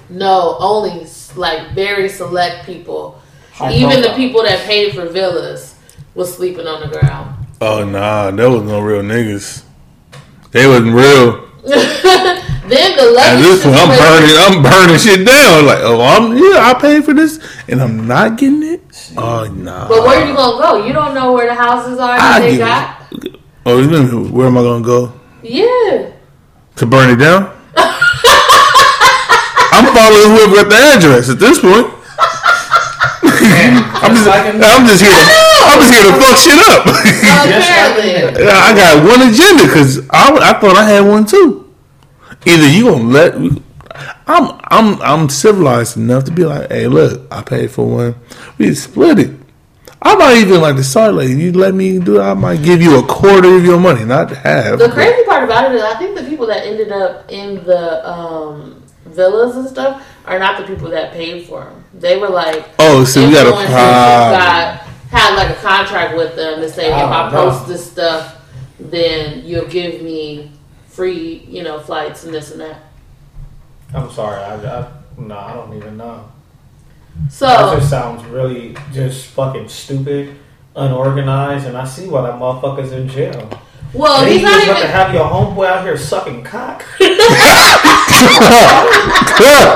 S2: No, only like very select people.
S3: high
S2: Even the
S3: profile.
S2: people that paid for villas was sleeping on the ground. *laughs*
S1: Oh nah, there was no real niggas. They wasn't real.
S2: then the
S1: And
S2: luggage.
S1: this one, I'm
S2: situation-
S1: burning, I'm burning shit down. Like, oh, I'm yeah, I paid for this, and I'm not getting it. Oh nah.
S2: But where you gonna go? You don't know where the houses are that
S1: I
S2: they
S1: give
S2: got.
S1: Oh, you mean where am I gonna go?
S2: Yeah.
S1: to burn it *laughs* down. I'm following whoever got the address at this point. I'm just,
S3: like in-
S1: I'm just here. *laughs* To, I'm just here to fuck shit up. *laughs*
S3: *laughs*
S2: Apparently.
S1: Yeah, I got one agenda because I, I thought I had one too. Either you gonna let I'm I'm I'm civilized enough to be like, hey, look, I paid for one. We split it. I might even like the sorry lady. You let me do. it, I might give you a quarter of your money, not half.
S2: The crazy part about it is, I think the people that ended up in the um, villas and stuff are not the people that paid for them. They were like,
S1: Oh, so we got a
S2: influencers
S1: problem.
S2: that got- had like a contract with them to say, if I
S3: Oh, no.
S2: post this stuff, then you'll give me free, you know, flights and this and that.
S3: I'm sorry. I, I no, I don't even know. That
S2: So
S3: just sounds really just fucking stupid, unorganized, and I see why that motherfucker's in jail.
S2: well, Oh,
S3: and
S2: he's
S3: you just
S2: not
S3: about to
S2: even.
S3: have your homeboy out here
S2: *laughs*
S3: sucking cock.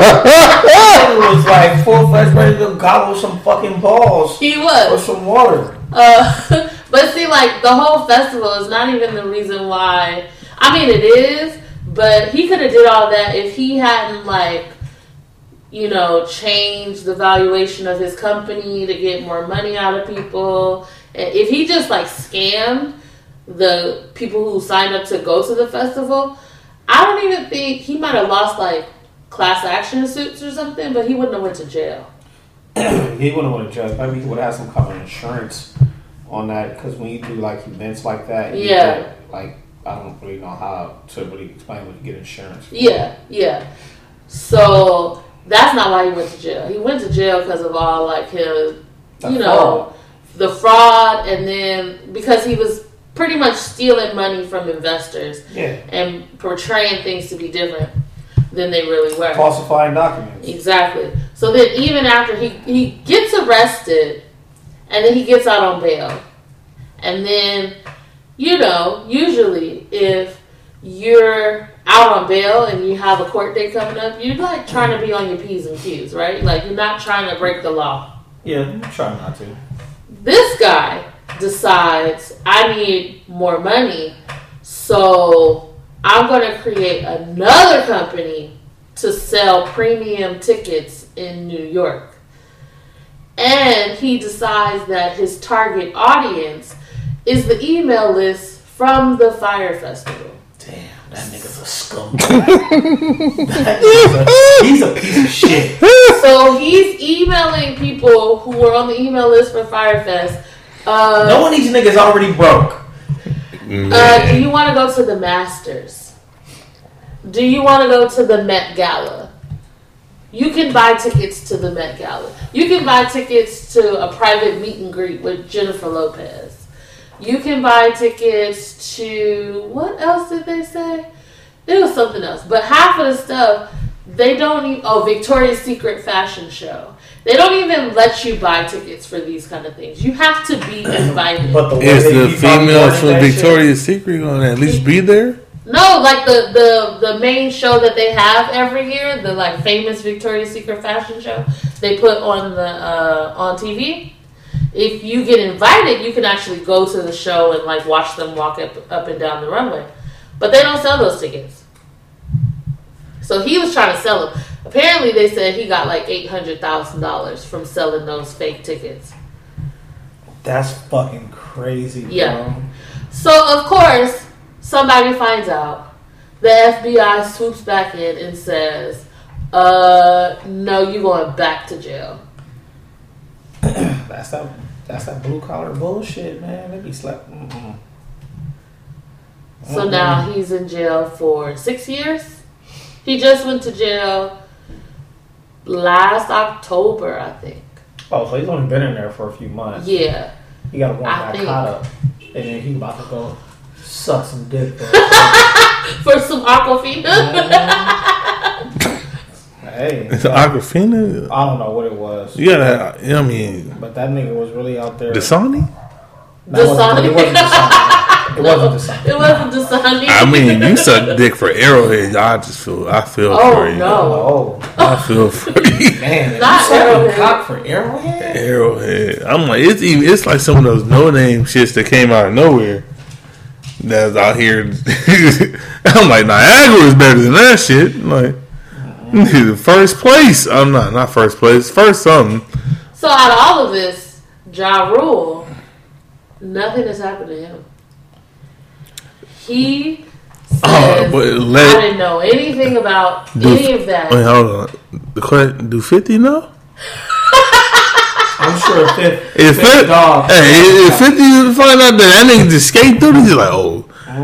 S3: It was like full fledged ready to gobble some fucking balls
S2: He
S3: or
S2: was.
S3: some water.
S2: Uh, *laughs* but see, like the whole festival is not even the reason why. I mean, it is, but he could have did all that if he hadn't like, you know, changed the valuation of his company to get more money out of people. And if he just like scammed the people who signed up to go to the festival, I don't even think he might have lost like class action suits or something, but he wouldn't have went to jail.
S3: He wouldn't want to judge. Maybe he would have some kind of insurance on that because when you do like events like that, you
S2: Yeah.
S3: get, like I don't really know how to really explain what you get insurance. for.
S2: Yeah, yeah. So that's not why he went to jail. He went to jail because of all like his,
S3: The
S2: you know, the fraud, and then because he was pretty much stealing money from investors
S3: Yeah,
S2: and portraying things to be different than they really were.
S3: falsifying documents.
S2: Exactly. So then, even after he he gets arrested, and then he gets out on bail, and then you know, usually if you're out on bail and you have a court date coming up, you're like trying to be on your p's and q's, right? Like you're not trying to break the law.
S3: Yeah, I'm trying not to.
S2: This guy decides I need more money, so I'm going to create another company to sell premium tickets in New York. And he decides that his target audience is the email list from the Fire Festival.
S3: Damn, *laughs* that nigga's a scumbag. That nigga's a- he's a piece of shit.
S2: So he's emailing people who were on the email list for Firefest. Uh,
S3: No one of these niggas already broke.
S2: Uh, do you want to go to the Masters? Do you want to go to the Met Gala? You can buy tickets to the Met Gala. You can buy tickets to a private meet and greet with Jennifer Lopez. You can buy tickets to what else did they say? It was something else, but half of the stuff they don't even. Oh, Victoria's Secret fashion show. They don't even let you buy tickets for these kind of things. You have to be invited.
S3: But the way
S1: *laughs* Is
S3: that
S1: the
S3: he probably
S1: female
S3: wanted
S1: from
S3: that shit-
S1: Victoria's Secret gonna at least be there?
S2: No, like the the the main show that they have every year, the like famous Victoria's Secret fashion show they put on the uh, on TV. If you get invited, you can actually go to the show and like watch them walk up up and down the runway. But they don't sell those tickets. So he was trying to sell them. Apparently, they said he got like eight hundred thousand dollars from selling those fake tickets.
S3: That's fucking crazy, bro.
S2: Yeah. So of course, somebody finds out. The FBI swoops back in and says, "Uh, no, you going back to jail."
S3: That's that. That's that blue collar bullshit, man. They be slap. Mm-mm.
S1: Mm-hmm.
S2: So now he's in jail for six years. He just went to jail last October, I think.
S3: Oh, so he's only been in there for a few months.
S2: Yeah.
S3: He got one
S2: I
S3: guy
S2: think.
S3: caught up, and then he about to go suck some
S2: *laughs*
S3: dick. bro.
S2: For some
S1: Mm-hmm.
S2: aquafina.
S3: hey,
S1: It's Aquafina.
S3: I don't know what it was,
S1: You gotta. I mean,
S3: but that nigga was really out there.
S1: Dasani.
S3: No, it wasn't- It wasn't the song. It
S2: *laughs*
S3: wasn't the song.
S2: it wasn't Dasani.
S1: I mean, you suck dick for Arrowhead. I just feel. I feel
S2: Oh,
S1: for you.
S2: no.
S3: Oh
S1: I feel for you. *laughs*
S3: man,
S2: Not
S3: you sucking
S2: Arrowhead.
S3: cock for Arrowhead?
S1: Arrowhead. I'm like, it's even. It's like some of those no name shits that came out of nowhere. that's out here. *laughs* I'm like Niagara is better than that shit. I'm like first place. I'm not not first place. First something.
S2: So out of all of this, Ja Rule, nothing has happened to him. He says,
S1: Uh, but Oh, let-
S2: I didn't know anything about
S1: Do-
S2: any of that.
S1: Wait, hold on. The question, do fifty know?
S3: I'm sure if it,
S1: If fifty,
S3: dog,
S1: hey, if fifty find out that that nigga just skate through this, he's like, oh,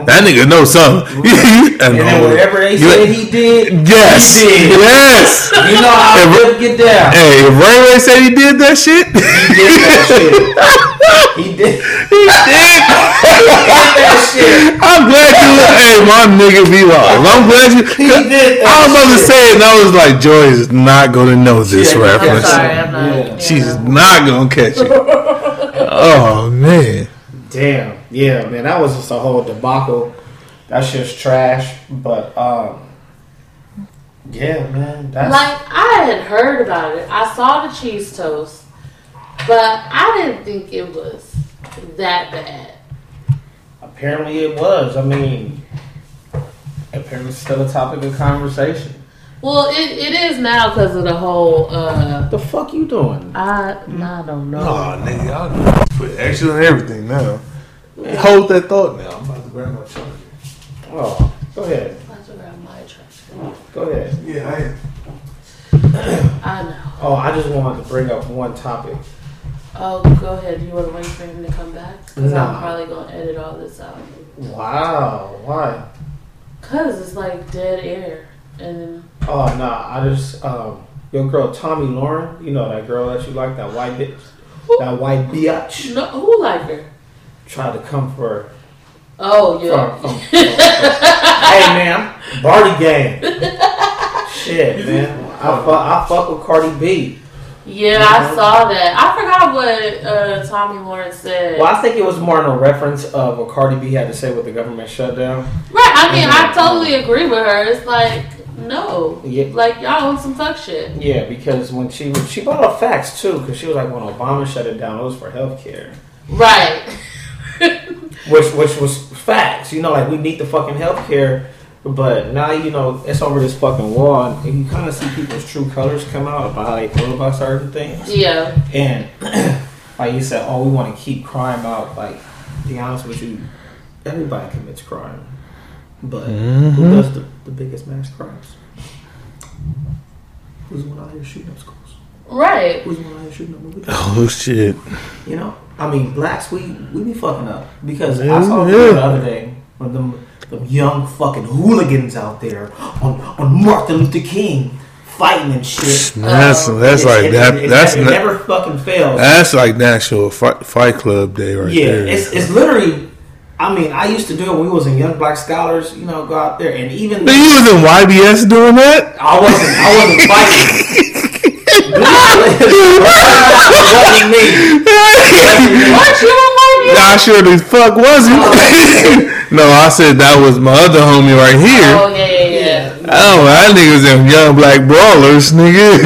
S1: that nigga knows something. *laughs* and
S3: Uh-huh.
S1: oh,
S3: and then whatever they
S1: you-
S3: said he did,
S1: yes,
S3: He did.
S1: yes.
S3: you know
S1: If-
S3: how I would get down.
S1: hey, if Rainway said he did that shit,
S3: He did that shit. He did
S1: he did.
S3: that shit.
S1: *laughs* I'm glad you. hey, my nigga, be live. I'm glad you.
S3: He did that
S1: I was about to
S3: shit.
S1: say it, and I was like, Joy is not gonna know this
S3: Yeah, I'm
S2: I'm
S1: reference.
S2: sorry, I'm not.
S3: Yeah.
S1: She's
S2: yeah.
S1: not gonna catch
S3: *laughs*
S1: it. oh man.
S3: Damn. Yeah, man, that was just a whole debacle. That shit's trash. But um, yeah, man, that's
S2: Like I had heard about it. I saw the cheese toast, but I didn't think it was that bad.
S3: apparently it was. I mean, apparently it's still a topic of conversation.
S2: Well, it, it is now because of the whole. uh
S3: What the fuck you doing?
S2: I I don't know.
S1: Oh, nigga, y'all put extra on everything now. Hold that thought now. I'm about to grab my charger.
S3: Oh, go ahead.
S2: I have to grab my trash.
S3: Go ahead.
S1: Yeah, I am.
S2: I know.
S3: Oh, I just wanted to bring up one topic.
S2: Oh, go ahead. You want to wait for him to come back? Because I'm
S3: Nah.
S2: probably gonna edit all this out.
S3: Wow. Why?
S2: Cause it's like dead air, and
S3: Oh no, I just um your girl Tommy Lauren, you know that girl that you like, that white bitch, that white bitch,
S2: no, who like her?
S3: tried to come for
S2: Oh *laughs*
S3: her.
S2: yeah.
S3: from- from- hey man, Barty gang. Shit man, I fuck, I fuck with Cardi B.
S2: Yeah, I saw that. I forgot what uh, Tommy Lawrence said.
S3: Well, I think it was more in a reference of what Cardi B had to say with the government shutdown.
S2: Right. I mean, I totally agree with her. It's like no,
S3: Yeah.
S2: like y'all on some fuck shit.
S3: Yeah, because when she was, she brought up facts too, because she was like, when Obama shut it down, it was for healthcare.
S2: Right.
S3: which which was facts. You know, like we need the fucking healthcare, but now you know it's over this fucking wall, and you kind of see people's true colors come out about how they feel about certain things.
S2: yeah.
S3: And *clears throat* like you said, oh, we want to keep crime out. Like, to be honest with you, everybody commits crime, but
S1: Mm-hmm.
S3: who does the, the biggest mass crimes? Who's the one out here shooting up schools?
S2: Right.
S3: Who's the one out here shooting up movies?
S1: Oh shit.
S3: You know, I mean, blacks we we be fucking up because
S1: Yeah,
S3: I saw
S1: yeah.
S3: a video the other day with them them young fucking hooligans out there on on Martin Luther King fighting and shit.
S1: That's
S2: Uh,
S1: that's
S3: It-
S1: like
S3: it-
S1: that.
S3: It, Oh, it
S1: that's
S3: never-
S1: na-
S3: it never fucking fails.
S1: that's like National Fight, Fight Club Day right
S3: yeah,
S1: there.
S3: it's it's literally. I mean, I used to do it when we was in Young Black Scholars. You know, go out there and even
S1: But you was in YBS doing that?
S3: *laughs* I wasn't I wasn't fighting.
S1: *laughs*
S3: wasn't me.
S2: Aren't you a movie?
S1: I sure the fuck wasn't. *laughs* no, I said that was my other homie right here.
S2: Oh yeah, yeah, yeah.
S1: Oh, that nigga was in Young Black Brawlers,
S3: *laughs*
S1: nigga.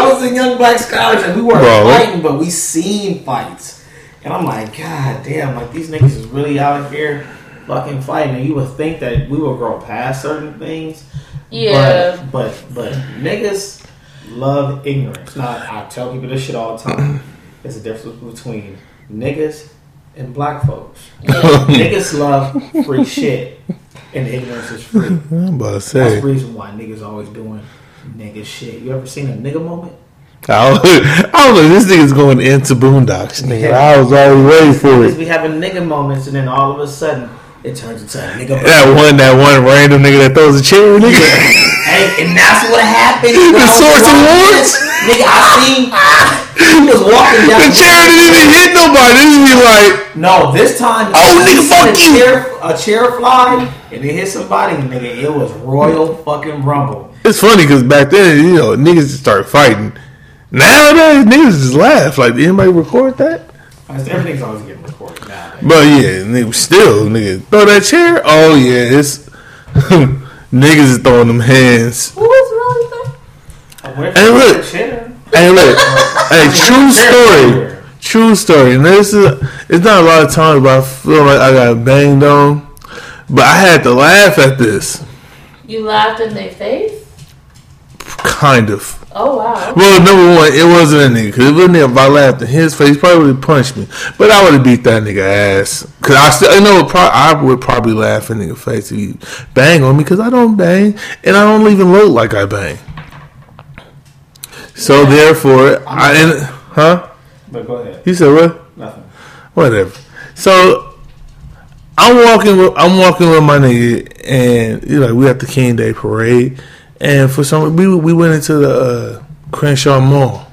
S3: I was in Young Black Scholars and we weren't
S1: Bro.
S3: fighting, but we seen fights. And I'm like, God damn, like these niggas is really out here fucking fighting. And you would think that we would grow past certain things.
S2: Yeah.
S3: But but, but niggas love ignorance. Now I tell people this shit all the
S1: *clears throat*
S3: time. There's a difference between niggas and black
S1: *clears throat*
S3: folks.
S2: *laughs* yeah.
S3: niggas love free shit. And ignorance is free.
S1: *laughs* I'm about to
S3: That's the
S1: say.
S3: reason why niggas always doing nigga shit. You ever seen a nigga moment?
S1: I was, *laughs* I was like, this nigga's going into boondocks, nigga. I was already ready for
S3: Because
S1: it.
S3: we having nigga moments, and then all of a sudden it turns into a nigga. moment.
S1: That one, that one random nigga that throws a chair, nigga.
S3: Hey, and that's what happened.
S1: The
S3: when I was
S1: Source
S3: watching
S1: Awards?
S3: this. nigga.
S1: *laughs*
S3: I seen he was walking down.
S1: *laughs* The chair didn't even hit nobody. This is like,
S3: No, this time.
S1: Oh,
S3: he
S1: nigga,
S3: seen
S1: fuck
S3: a
S1: you.
S3: Chair, a chair fly, and it hit somebody, and nigga. It was royal fucking rumble.
S1: it's funny because back then, you know, niggas just start fighting. Nowadays, niggas just laugh. Like, did anybody record that?
S3: Everything's always getting recorded now.
S1: But yeah, nigga, still, nigga, throw that chair. Oh yeah, it's *laughs* niggas is throwing them hands.
S2: Who was wrong with that?
S3: I went
S1: Hey,
S3: from
S1: look.
S3: the chair.
S1: Hey, look, hey, true
S3: Chair
S1: story,
S3: everywhere.
S1: True story. And this is it's not a lot of times, but I feel like I got banged on. But I had to laugh at this,
S2: You laughed in their face?
S1: kind of.
S2: Oh, wow. *laughs*
S1: Well, number one, it wasn't a nigga. Because if, it was a nigga, if I laughed in his face, he probably would have punched me. But I would have beat that nigga ass. Because I still, you know, pro- I would probably laugh in nigga face if he bang on me. Because I don't bang. And I don't even look like I bang. So, therefore, I. And, huh?
S3: But go ahead.
S1: You said what?
S3: Nothing.
S1: whatever. So I'm walking with I'm walking with my nigga, and you know we at the King Day parade, and for some we we went into the uh, Crenshaw Mall,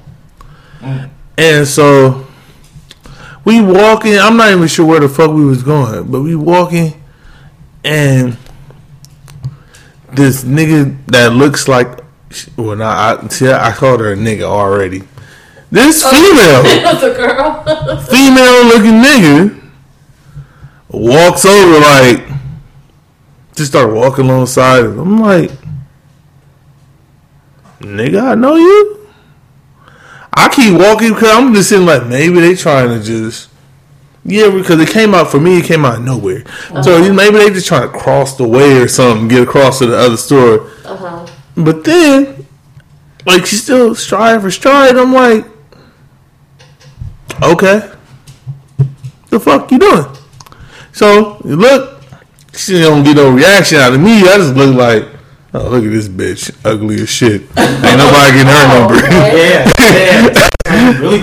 S1: and so we walking. I'm not even sure where the fuck we was going, but we walking, and this nigga that looks like well, not I see I called her a nigga already. This female
S2: *laughs* It was a girl. *laughs*
S1: female looking nigga walks over like just start walking alongside him. I'm like nigga, I know you. I keep walking because I'm just sitting like maybe they trying to just yeah because it came out for me it came out of nowhere so maybe they just trying to cross the way or something get across to the other store
S2: uh huh.
S1: but then, like, she still stride for stride. I'm like, okay, the fuck you doing? So you look, she don't get no reaction out of me. I just look like, oh look at this bitch, ugly as shit. Ain't nobody getting her
S2: Oh,
S1: number. *laughs*
S3: Yeah, yeah. Like, really?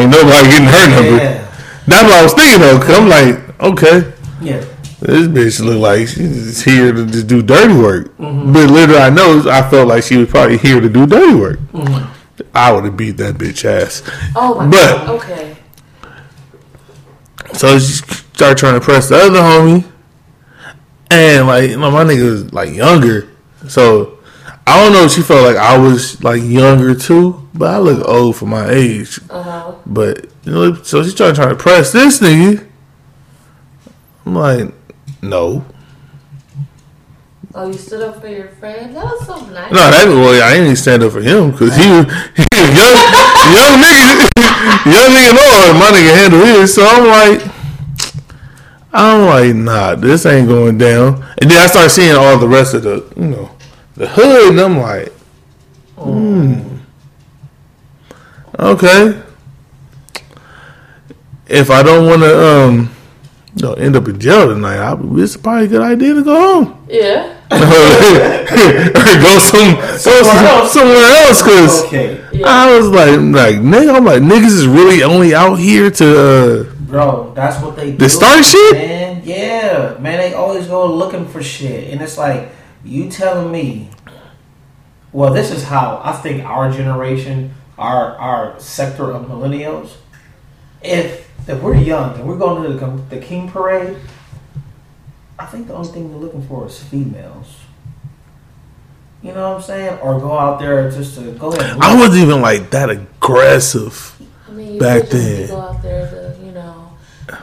S1: Ain't nobody getting her number.
S3: Yeah.
S1: That's what I was thinking though. Cause I'm like, okay.
S3: Yeah.
S1: This bitch look like she's here to just do dirty work. But literally, I know I felt like she was probably here to do dirty work. I would have beat that bitch ass.
S2: Oh, my
S1: But-
S2: God. Okay.
S1: So she started trying to press the other homie, and like you know, my nigga was like younger, so I don't know. if She felt like I was like younger too, but I look old for my age.
S2: Uh huh.
S1: But you know, so she started trying to press this nigga. I'm like, no.
S2: Oh, you stood up for your friend? That was so nice.
S1: No, that well, I ain't even stand up for him because he was he was young, young nigga, *laughs* young nigga. No, my nigga handle his. So I'm like, I'm like, nah, this ain't going down. And then I start seeing all the rest of the, you know, the hood, and I'm like, hmm, okay. If I don't want to, um, you know, end up in jail tonight, I, it's probably a good idea to go home
S2: Yeah.
S1: *laughs* go some, go
S3: Somewhere
S1: some,
S3: else.
S1: somewhere else because
S3: Okay,
S2: Yeah.
S1: I was like, like nigga, I'm like niggas is really only out here to. Uh,
S3: bro, that's what they do.
S1: They start shit?
S3: Man, yeah, man, they always go looking for shit, and it's like you telling me. Well, this is how I think our generation, our our sector of millennials, if if we're young and we're going to the, the King Parade, I think the only thing they're looking for is females. You know what I'm saying? Or go out there just to go. And
S1: I wasn't even like that aggressive.
S2: I mean, you
S1: Back
S2: could just
S1: then.
S2: go out there to, you know,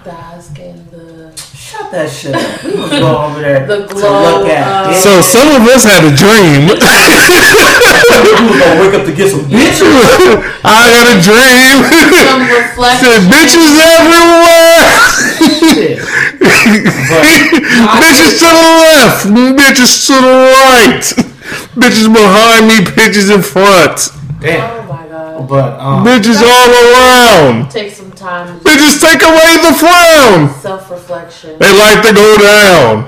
S2: the ask and
S1: *laughs*
S2: the.
S3: Shut that shit up. We was going over there
S2: *laughs* The
S3: to
S2: glow uh,
S3: look
S2: of-
S3: at. bitch.
S1: So some of us had a
S3: *laughs*
S1: dream.
S3: we was gonna wake up to get *laughs* some bitches.
S1: I had a
S3: *laughs*
S2: Some
S1: dream. Said
S2: reflection.
S1: bitches everywhere.
S3: Shit.
S1: *laughs* bitches to the left. Bitches to the right. Bitches behind me. Bitches in front.
S3: Damn.
S2: Oh, my God.
S3: But um,
S1: Bitches all around.
S2: Take some time to
S1: They just take away the frown.
S2: self
S1: *laughs*
S2: reflection.
S1: They like to go down.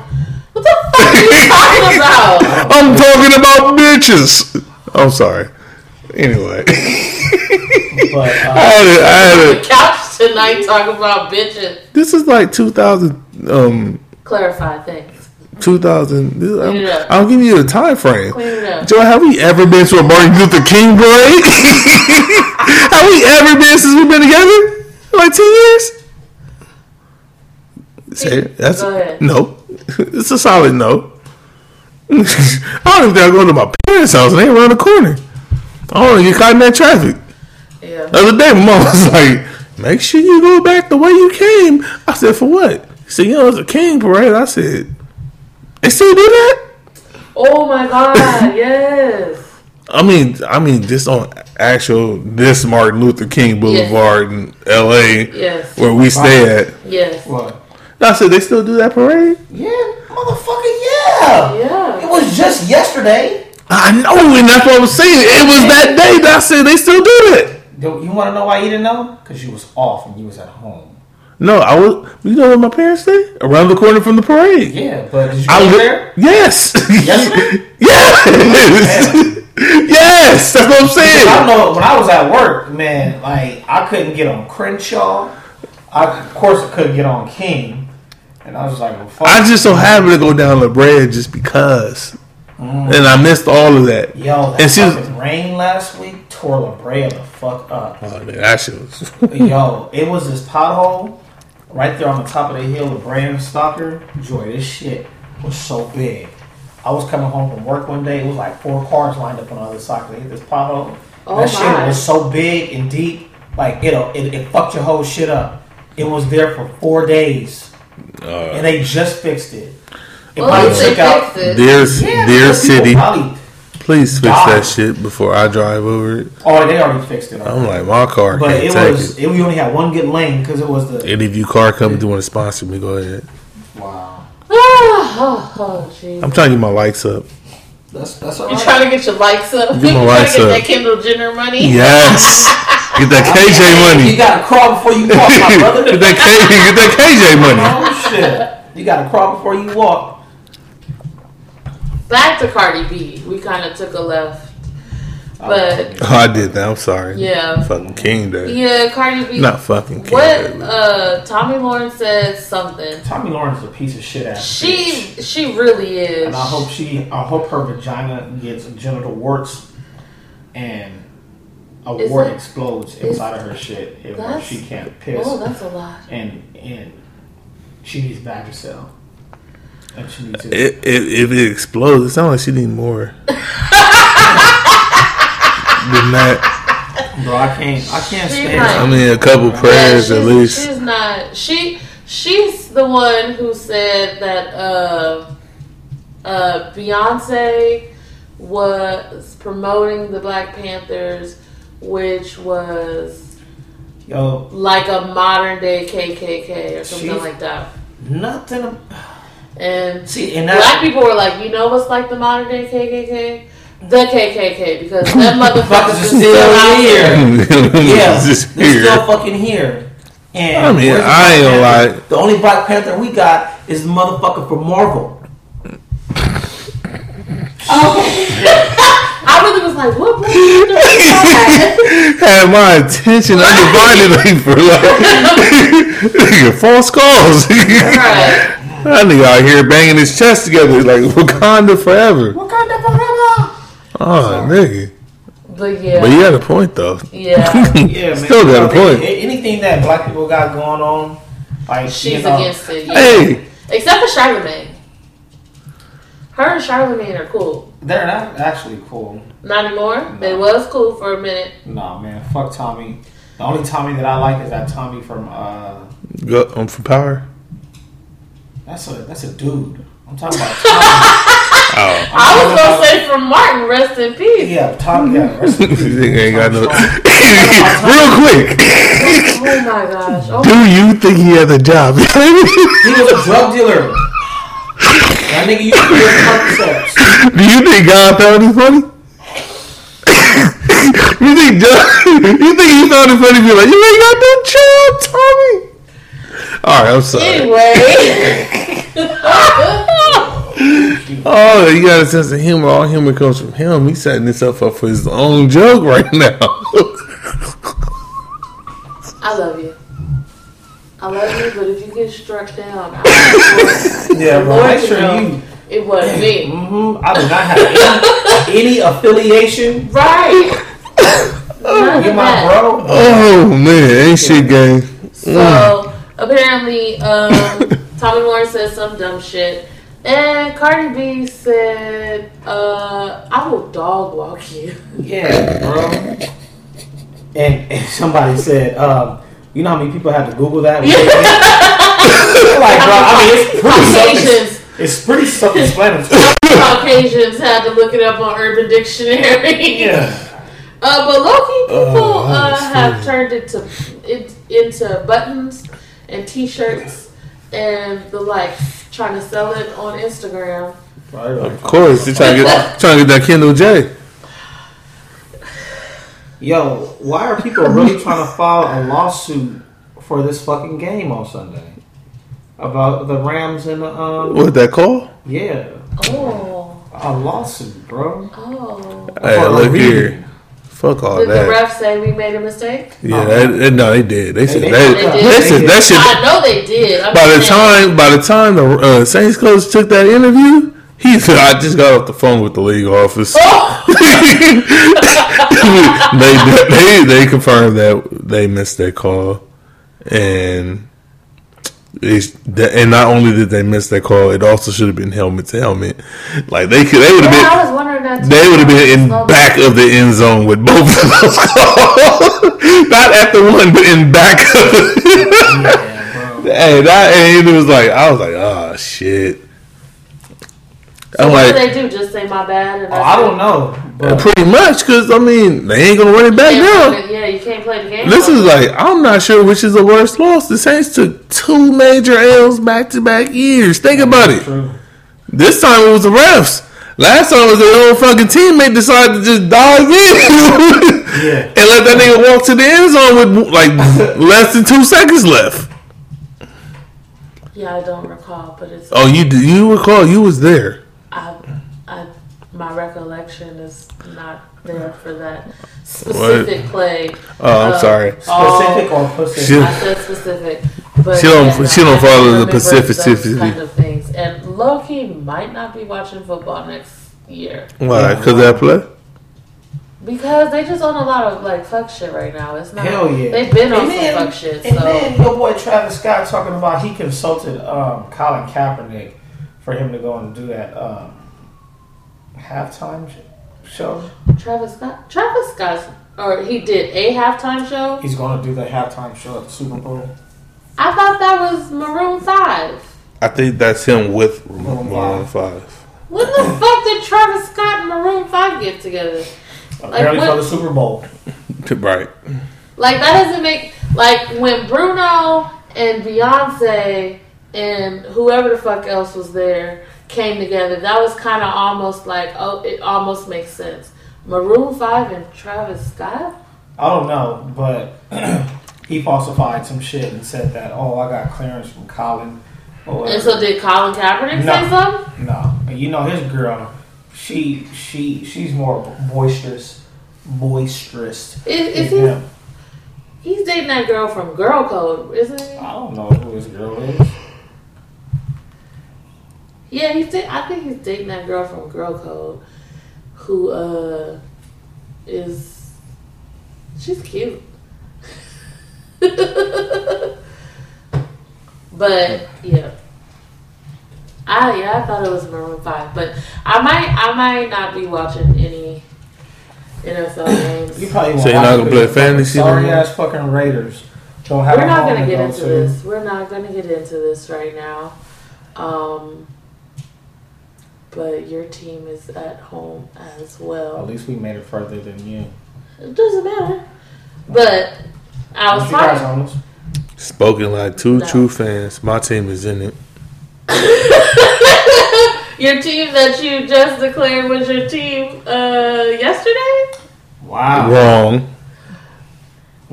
S2: What the fuck are you talking
S1: *laughs*
S2: about?
S1: I'm talking about bitches. I'm sorry. Anyway, *laughs*
S3: but
S1: I
S3: uh,
S1: had it. I had
S2: The
S1: it.
S2: couch tonight talking about bitches.
S1: This is like 2000. Um,
S2: Clarify things.
S1: 2000. This, I'm,
S2: Yeah.
S1: I'll give you a time frame.
S2: Clean it up.
S1: Joy, have we ever been to a Martin Luther King parade? *laughs* have we ever been since we've been together? Like two years? Say that's
S2: Go ahead.
S1: no. *laughs* It's a solid no. *laughs* I don't even think I go to my parents' house. They around the corner. I don't get caught in that traffic.
S2: Yeah.
S1: The other day, my mom *laughs* was like, "Make sure you go back the way you came." I said, "For what?" She said, "You know, it's a King parade." I said, "They still do that?"
S2: Oh my god, yes.
S1: I mean, I mean, just on actual this Martin Luther King Boulevard in L.A.
S2: Yes.
S1: where we stay at.
S2: Yes.
S3: What?
S1: No, I said they still do that parade.
S3: Yeah, motherfucker, yeah.
S2: Yeah.
S3: It was just yesterday.
S1: I know, and that's what I was saying. It was that day that I said they still do it.
S3: Yo, You want to know why you didn't know? Because you was off and you was at home.
S1: No, I was. You know what my parents did? Around the corner from the parade.
S3: Yeah, but did you
S1: I
S3: go
S1: li-
S3: there?
S1: Yes.
S3: Yesterday?
S1: *laughs*
S3: *laughs*
S1: yes. yes. That's what I'm
S3: I don't
S1: saying.
S3: know. When I was at work, man, like I couldn't get on Crenshaw. I of course couldn't get on King, and I was like, well, fuck.
S1: I just so happened to go down La Brea just because,
S3: Mm.
S1: and I missed all of that.
S3: Yo, that
S1: and she was-
S3: fucking rain last week tore La Brea the fuck up.
S1: Oh, man, that shit was.
S3: Yo, it was this pothole right there on the top of the hill of Bram Stoker. Joy, this shit was so big. I was coming home from work one day. It was like four cars lined up on the other side. They hit this pothole.
S2: Oh
S3: that shit
S2: my.
S3: was so big and deep. Like it, it, it fucked your whole shit up. It was there for four days,
S1: Uh,
S3: and they just fixed it. It
S2: Well,
S3: probably
S2: if Oh, they
S3: took out-
S2: fix it.
S1: dear,
S3: Yeah,
S1: dear
S3: because people
S1: city,
S3: Probably,
S1: please fix
S3: die.
S1: that shit before I drive over it.
S3: oh, they already fixed it.
S1: I'm like, my car
S3: But
S1: can't
S3: it
S1: take
S3: was
S1: it.
S3: it. We only had one good lane because it was the
S1: Any of you car companies want to sponsor me? Go ahead.
S3: wow. Ah,
S2: oh, oh, jeez.
S1: I'm trying to get my likes
S3: *laughs*
S1: up.
S3: That's that's all
S2: You
S3: right.
S2: trying to get your likes up?
S1: Get my
S2: you
S1: likes
S2: *laughs*
S1: up.
S2: trying to get that Kendall Jenner money?
S1: Yes. Get that KJ
S3: You
S1: money.
S3: gotta crawl before you walk, my
S1: *laughs*
S3: brother.
S1: Get that K. Get that
S3: oh shit! You gotta crawl before you walk.
S2: Back to Cardi B. We kind of took a left. *laughs* But,
S1: KJ money. Oh, I did that. I'm sorry.
S2: yeah.
S1: Fucking King Day.
S2: Yeah, Cardi B.
S1: Not fucking King Day.
S2: What
S1: but-
S2: uh Tommy Lauren said something.
S3: Tommy Lawrence is a piece of shit ass.
S2: She
S3: bitch.
S2: she really is.
S3: and I hope she, I hope her vagina gets genital warts, and a
S2: Is
S3: wart
S2: it-
S3: explodes
S2: is-
S3: inside of her shit, and where
S2: That's-
S3: she can't piss,
S2: Oh, that's a lot.
S3: and and she needs Vagisil, and she needs it.
S1: It, it, if it explodes, it sounds like she need
S2: *laughs*
S1: more than that.
S3: Bro, I can't, I can't
S2: She
S3: stand.
S2: might-
S1: I mean, a couple
S2: Yeah,
S1: prayers
S2: she's,
S1: at *laughs* least.
S2: she's not. She she's the one who said that uh, uh, Beyonce was promoting the Black Panthers, which was
S3: Yo,
S2: like a modern day KKK or something
S3: She's-
S2: like that.
S3: Nothing. ab-
S2: And
S3: See, and
S2: black
S3: that
S2: people were like, you know what's like the modern day KKK? The KKK because that motherfuckers
S3: Fuckers
S2: is
S3: are
S2: still out
S3: still
S2: here.
S3: here. yeah,
S1: *laughs* It's
S3: they're
S1: just weird.
S3: still fucking here. And
S1: I mean,
S3: where's
S1: I
S3: the Black
S1: ain't gonna
S3: Panther?
S1: lie.
S3: The only Black Panther we got is the motherfucker from Marvel.
S2: I really was like, what? Black Panther is that?
S1: *laughs* Had my attention undivided like, for like *laughs* nigga, false calls. *laughs*
S2: Right.
S1: That nigga out here banging his chest together like Wakanda forever.
S3: Wakanda forever.
S1: Oh, nigga.
S2: But yeah.
S1: But you had a point though.
S3: *laughs*
S2: Yeah.
S3: Yeah, man.
S1: Still got a
S3: I think
S1: point.
S3: a- Anything that Black people got going on, like
S2: She's
S3: you know,
S2: against it. Yeah.
S1: Hey,
S2: Except for Charlemagne. Her and Charlemagne are cool.
S3: They're not actually cool.
S2: Not anymore. They was cool for a minute.
S3: Nah, man. Fuck Tommy. The only Tommy that I like is that Tommy from. uh
S1: go, um, for power.
S3: That's a that's a dude. I'm talking about. Tommy. *laughs*
S1: *laughs* Oh,
S2: I was gonna say from Martin, rest in peace.
S3: Yeah, Tommy. Yeah, rest in
S1: this
S3: peace.
S1: nigga ain't got no. *laughs* Real
S3: Tommy.
S1: quick,
S2: *laughs* Oh my gosh. Oh
S1: do you think he has a job? *laughs*
S3: He was a drug dealer. That nigga used to be on Percocets.
S1: Do you think God found it funny? *laughs* you think John, *laughs* you think he found it funny? Be like, you ain't got no job, Tommy. All right, I'm sorry.
S3: *laughs*
S2: *laughs* anyway.
S1: Oh, you got a sense of humor. All humor comes from him. He's setting himself up for his own joke right now. *laughs*
S2: I love you. I love you, but if you get struck
S3: *laughs*
S2: down, I
S3: *laughs* Yeah, bro.
S2: Lord
S3: Make sure
S2: knows.
S3: you.
S2: it wasn't me.
S3: Mm-hmm. I do not have any, any affiliation. *laughs*
S2: Right. None
S3: You're
S2: of
S3: my
S2: that.
S3: bro.
S1: oh man, ain't shit gang. Mm.
S2: So apparently,
S1: *laughs*
S2: um, Tommy Moore said some dumb shit, and Cardi B said, uh, "I will dog walk you."
S3: Yeah, bro. And, and somebody said, um, you know how many people had to Google *laughs* that? like, bro, I mean, it's pretty
S2: Caucasians,
S3: self- It's pretty self-explanatory.
S2: Caucasians had to look it up on Urban Dictionary.
S3: Yeah.
S2: *laughs* Uh, but Loki people
S1: Oh, I
S2: uh,
S1: see.
S2: have turned it to it into buttons and T-shirts and the like, trying to sell it on Instagram.
S1: Of course, you trying to get trying to get that Kendall J.
S3: Yo, why are people really trying to file a lawsuit for this fucking game on Sunday about the Rams and the um?
S1: What that call?
S3: Yeah,
S2: Oh,
S3: a lawsuit, bro.
S2: oh.
S1: Hey,
S3: For a
S1: look
S3: reason.
S1: here. Fuck all
S2: Did the
S1: Oh, that.
S2: ref say we made a mistake?
S1: Yeah, that, that- no, they did. They said that.
S2: did.
S1: They said that shit.
S2: I know they did. I'm
S1: By the
S2: saying-
S1: time, by the time the uh, Saints coach took that interview, he said, "I just got off the phone with the league office."
S2: Oh,
S1: *laughs* they, they they confirmed that they missed their call, and it's, and not only did they miss their call, it also should have been helmet to helmet. Like they could, they would have
S2: yeah,
S1: been.
S2: I was wondering that. too.
S1: They would have been in
S2: Slow down.
S1: back of the end zone with both of those calls. *laughs* Not at the one, but in back of
S3: Yeah, bro.
S1: Hey, that and it was like I was like, oh shit. I'm
S2: What
S1: like,
S2: did they do? Just say my bad? And
S3: Oh, I don't know, but
S1: pretty much, because I mean, they ain't gonna run it back now.
S2: Yeah, yeah, you can't play the game.
S1: This is like I'm not sure which is the worst loss. The Saints took two major L's back to back years. Think about it.
S3: true.
S1: This time it was the refs. Last time it was their own fucking teammate decided to just dive in *laughs* and
S3: Yeah,
S1: let that nigga walk to the end zone with *laughs* like less than two seconds left.
S2: Yeah, I don't recall, but it's.
S1: Oh, you you recall you was there.
S2: I, I, my recollection is not there for that specific
S1: specific
S2: play.
S1: Oh, I'm sorry.
S3: specific or pussy.
S1: Shit.
S2: I said specific, but
S1: She don't-
S2: yeah, no,
S1: she don't
S2: I
S1: follow the
S2: remember
S1: Pacific-
S2: those kind of things. And Loki might not be watching football next year
S1: Why? Because that play.
S2: because they just on a lot of like fuck shit right now. It's not
S3: Hell yeah.
S2: they've been on
S3: And then-
S2: some fuck shit.
S3: And
S2: so
S3: then your boy Travis Scott talking about he consulted um, Colin Kaepernick for him to go and do that um, halftime sh- show.
S2: Travis Scott, Travis Scott's or he did a halftime show.
S3: He's going to do the halftime show at the Super Bowl.
S2: I thought that was Maroon Five.
S1: I think that's him with Maroon
S3: Maroon
S1: Five.
S2: When
S3: *laughs*
S2: the fuck did Travis Scott and Maroon Five get together?
S3: Apparently
S2: what-
S3: for the Super Bowl.
S1: Right.
S2: Like that doesn't make like when Bruno and Beyonce and whoever the fuck else was there came together. That was kind of almost like oh, it almost makes sense. Maroon Five and Travis Scott.
S3: I don't know, but *clears throat* he falsified some shit and said that, oh, I got clearance from Colin. Or
S2: And so did Colin Kaepernick
S3: No.
S2: say something?
S3: No, you know his girl. She she she's more boisterous, boisterous.
S2: Is, is
S3: than him.
S2: he? He's dating that girl from Girl Code, isn't he?
S3: I don't know who his girl is.
S2: Yeah, he's. Da- I think he's dating that girl from Girl Code, who uh is. She's cute. *laughs* but yeah, I yeah I thought it was Maroon Five, but I might I might not be watching any NFL
S3: You
S2: games.
S3: probably
S1: So you're not gonna play fantasy no
S3: Sorry
S1: more?
S3: ass fucking Raiders. Don't have
S2: We're
S3: a
S2: not
S3: home
S2: gonna
S3: to
S2: get
S3: go
S2: into
S3: to.
S2: this. We're not gonna get into this right now. Um, but your team is at home as well.
S3: At least we made it further than you.
S2: It doesn't matter. But I
S3: But
S2: was
S3: you guys
S2: talking.
S3: on this?
S1: Spoken like two
S2: No.
S1: true fans. My team is in it.
S2: Your team that you just declared was your team uh, yesterday?
S3: Wow.
S1: Wrong.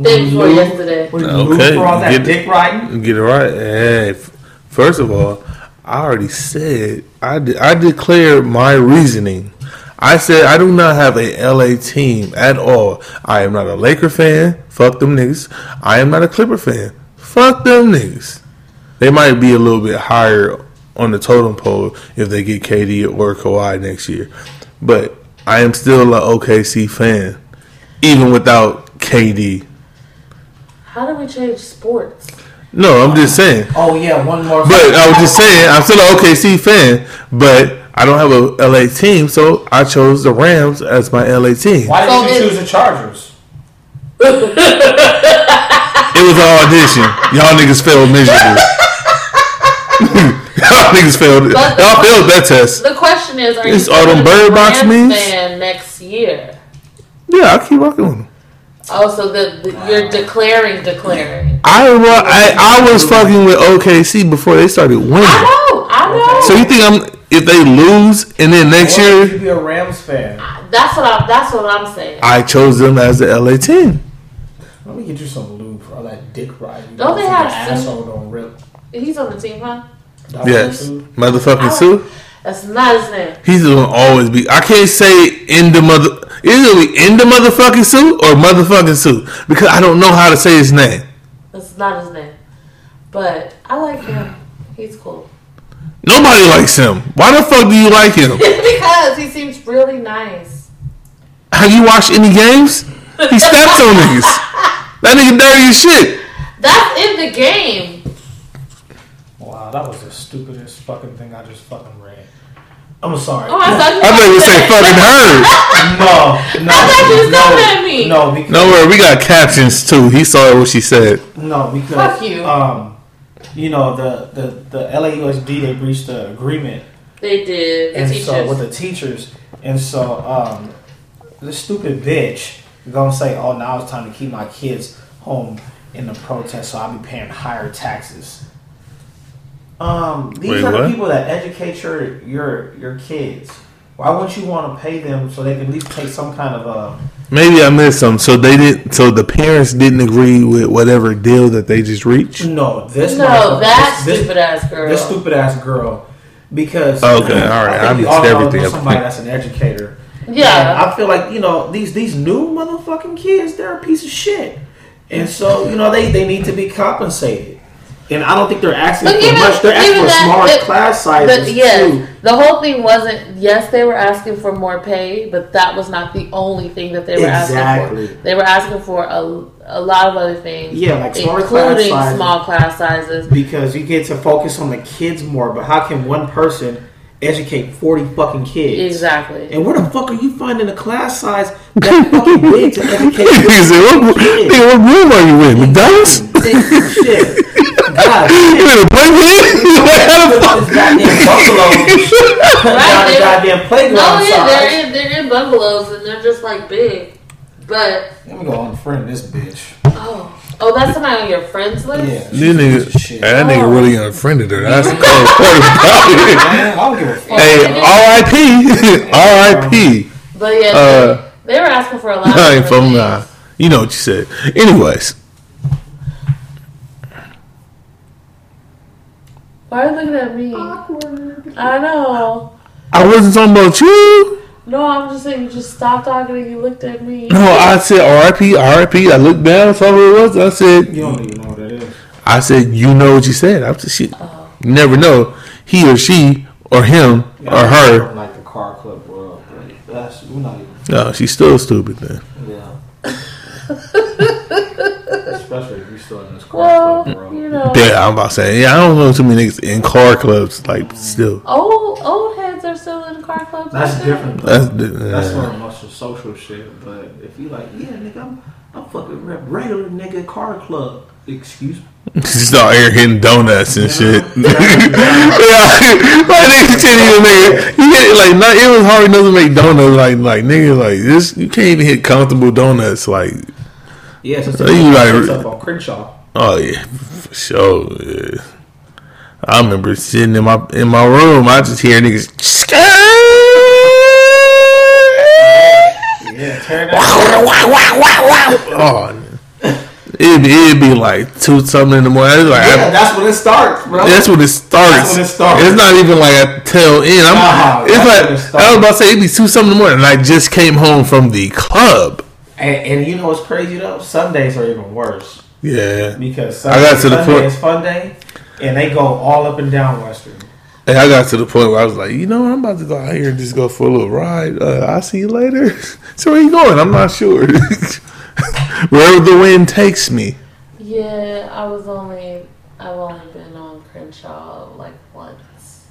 S2: Day before
S3: You-
S2: yesterday.
S3: What, you
S1: Okay,
S3: okay. For all
S1: you
S3: that
S1: get it.
S3: dick riding.
S1: Get it right. Hey, f- first of all, I already said I de- I declared my reasoning. I said I do not have a LA team at all. I am not a Laker fan. Fuck them niggas. I am not a Clipper fan. Fuck them niggas. They might be a little bit higher on the totem pole if they get KD or Kawhi next year. But I am still a OKC fan, even without KD.
S2: How do we change sports?
S1: No, I'm just saying.
S3: Oh yeah, one more.
S1: But uh, I was just saying, I'm still an OKC fan, but I don't have a LA team, so I chose the Rams as my LA team.
S3: Why did
S2: So
S3: you
S2: it-
S3: choose the Chargers?
S1: It was an audition. Y'all niggas failed miserably. *laughs* Y'all niggas failed.
S2: But-
S1: Y'all failed that test.
S2: The question is, are
S1: It's
S2: you gonna
S1: Autumn
S2: be a
S1: Bird Box
S2: Rams
S1: memes?
S2: fan next year?
S1: Yeah, I keep rocking with him.
S2: Oh, so the, the you're declaring, declaring.
S1: I, wa- I I was fucking with OKC before they started
S2: I
S1: winning.
S2: know, I know.
S1: So you think I'm if they lose and then next
S3: Or you
S1: year
S3: could be a Rams fan.
S2: That's what I'm. That's what I'm saying.
S1: I chose them as the LA team.
S3: Let me get you some lube for all that dick riding. you
S2: Don't
S3: do
S2: they
S3: for
S2: have
S3: your
S2: some-
S3: asshole don't rip?
S2: He's on the team, huh?
S3: Dog
S1: Yes,
S3: food?
S1: motherfucking Sue.
S2: That's not his name.
S1: He's gonna always be. I can't say in the mother. Either we in the motherfucking Sue or motherfucking Sue because I don't know how to say his name.
S2: That's not his name. But I like him. He's cool *laughs*
S1: Nobody likes him. Why the fuck do you like him?
S2: because he seems really nice.
S1: Have you watched any games? He steps on niggas. That nigga dirty as shit.
S2: That's in the game.
S3: Wow, that was the stupidest fucking thing I just fucking read. I'm sorry.
S2: Oh, I thought you
S1: I thought you say fucking heard.
S3: No,
S2: *laughs*
S3: no.
S2: I thought you was
S3: no,
S2: coming at me.
S3: No, because,
S1: Don't worry, we got captions too. He saw what she said.
S3: no, because
S2: Fuck you.
S3: um, you know the the the LAUSD they breached the agreement,
S2: They did. The
S3: and
S2: teachers.
S3: so with the teachers, and so um, the stupid bitch gonna say, oh, now it's time to keep my kids home in the protest, so I'll be paying higher taxes. Um, these
S1: Wait,
S3: are the
S1: what?
S3: people that educate your your your kids. Why wouldn't you want to pay them so they can at least take some kind of a
S1: Maybe I missed something. So they didn't. So the parents didn't agree with whatever deal that they just reached. *laughs*
S3: No, this
S2: no,
S3: motherfucker-
S2: that
S3: this,
S2: stupid ass girl.
S3: This stupid ass girl, because
S1: Okay, all right,
S3: I,
S1: I
S3: think we
S1: missed
S3: all know
S1: everything.
S3: Somebody that's an educator. And
S2: yeah.
S3: I feel like you know these these new motherfucking kids, they're a piece of shit, and so you know they they need to be compensated. And I don't think they're asking
S2: But
S3: for
S2: even-
S3: much. They're asking
S2: even
S3: for
S2: that-
S3: small
S2: it-
S3: class
S2: But
S3: sizes
S2: yes,
S3: too.
S2: the whole thing wasn't. Yes, they were asking for more pay, but that was not the only thing that they were
S3: Exactly.
S2: asking for. They were asking for a, a lot of other things.
S3: Yeah, like smaller class
S2: including
S3: sizes.
S2: small class sizes.
S3: Because you get to focus on the kids more, but how can one person educate forty fucking kids?
S2: Exactly.
S3: And where the fuck are you finding a class size that fucking big to educate?
S2: *laughs*
S1: He said,
S3: your
S1: what,
S3: kids?
S1: nigga, what room are you in? McDonald's?
S3: shit. God,
S1: You
S2: *laughs*
S3: shit.
S1: in a *laughs* Burger King? Like, how the fuck?
S3: This goddamn
S2: *laughs*
S3: buffalo down the
S2: Right,
S3: goddamn
S2: No,
S3: playground
S2: Oh, yeah,
S3: size.
S2: they're in, they're in bungalows and they're just like big. But
S3: Let me go unfriend this bitch.
S2: oh, oh, that's somebody on your friends list.
S3: Yeah.
S1: This nigga, that nigga really unfriended her. That's the cold part about it.
S3: Man, I don't give a
S2: Oh,
S1: Hey, *laughs* R.I.P.
S3: fuck.
S1: R.I.P.
S2: But yeah,
S1: Uh,
S2: they, they were asking for
S1: *laughs*
S2: a lot. of
S1: I ain't
S2: different
S1: from
S2: things.
S1: nah. You know what you said. Anyways,
S2: Why are you looking at me? I know.
S1: I wasn't talking about you.
S2: No, I'm just saying you just stopped talking and you looked at me.
S1: No, I said R.I.P. R.I.P. I looked down, saw who it was. I
S3: You
S1: said,
S3: don't even know what that is.
S1: I said, you know what you said. I'm just shit. You never know. He or she or him or her.
S3: From like the car club world. but That's, we're not even,
S1: No, she's still stupid then.
S3: yeah. Especially if you're still in this car
S2: Well,
S3: club world.
S2: you know,
S1: Yeah, I'm about to say. Yeah, I don't know too many niggas in car clubs. Like, still.
S2: old old heads are still in car clubs.
S3: That's
S2: like that?
S3: different. though.
S1: That's, uh,
S3: That's
S1: *laughs*
S3: more muscle social shit. But if you like, yeah, nigga, I'm, I'm fucking rep regular nigga car club. Excuse me.
S1: She's out here hitting donuts and shit. *laughs* yeah, like niggas can't even make it. You get like not, it was hard enough to make donuts. Like like nigga like this, you can't even hit comfortable donuts. Like
S3: *laughs* Yeah, so it's
S1: So *laughs* you like-
S3: it's up on Crenshaw.
S1: oh yeah, for sure. yeah. I remember sitting in my in my room. I just hear niggas.
S3: Yeah, tear down.
S1: Oh, it'd be, it'd be like two something in the morning. I'd be like,
S3: Yeah, that's when it starts, bro.
S1: That's when it starts.
S3: That's when it starts.
S1: It's not even like a tail end. I'm,
S3: Nah,
S1: it's
S3: that's
S1: like
S3: when it starts.
S1: I was about to say it'd be two something in the morning, and I just came home from the club.
S3: and, and you know what's crazy though? Sundays are even worse
S1: Yeah,
S3: because
S1: I
S3: Sunday,
S1: got to the
S3: Sunday
S1: point-
S3: is fun day, and they go all up and down Western.
S1: and I got to the point where I was like, you know, what? I'm about to go out here and just go for a little ride. Uh, I'll see you later. *laughs* so where you going? I'm not sure. *laughs* Wherever the wind takes me.
S2: Yeah, I was only I've only been on Crenshaw like once.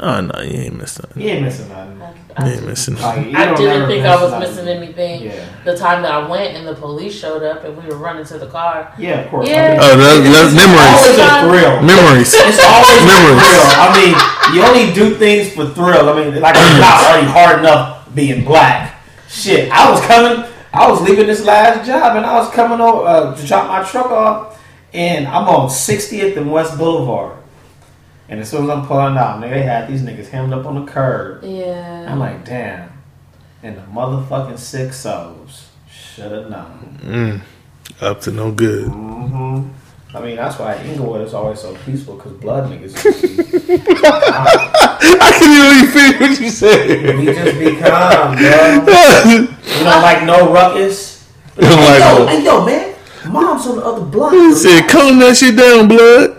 S1: Oh no, you ain't missing. nothing.
S3: You ain't missing nothing.
S2: I,
S1: You
S2: I,
S1: ain't missing. nothing.
S3: Like, you
S2: I
S3: don't
S2: didn't
S3: ever
S2: think
S3: miss
S2: I was
S3: nothing.
S2: missing anything.
S3: Yeah.
S2: The time that I went and the police showed up and we were running to the car.
S3: Yeah, of course.
S2: Yeah.
S3: I mean,
S1: Oh,
S3: it's always
S1: that,
S2: Oh,
S3: a thrill. *laughs*
S1: that's memories. Memories.
S3: It's always
S1: Memories.
S3: a thrill. I mean, you only do things for thrill. I mean, like it's not already hard enough being black. Shit, I was coming. I was leaving this last job and I was coming over uh, to drop my truck off, and I'm on 60th and West Boulevard. And as soon as I'm pulling out, nigga, they had these niggas hemmed up on the curb.
S2: Yeah.
S3: I'm like, damn. And the motherfucking six souls should have known.
S1: Mm, up to no good.
S3: Mm-hmm. I mean, that's why Inglewood is always so peaceful because blood niggas.
S1: *laughs* I can not even finish what you
S3: we
S1: said.
S3: just be calm, bro. You know, like no ruckus. Yo,
S1: I'm *laughs* like,
S3: hey, yo, man. Mom's on the other block.
S1: he said, calm that shit down, blood.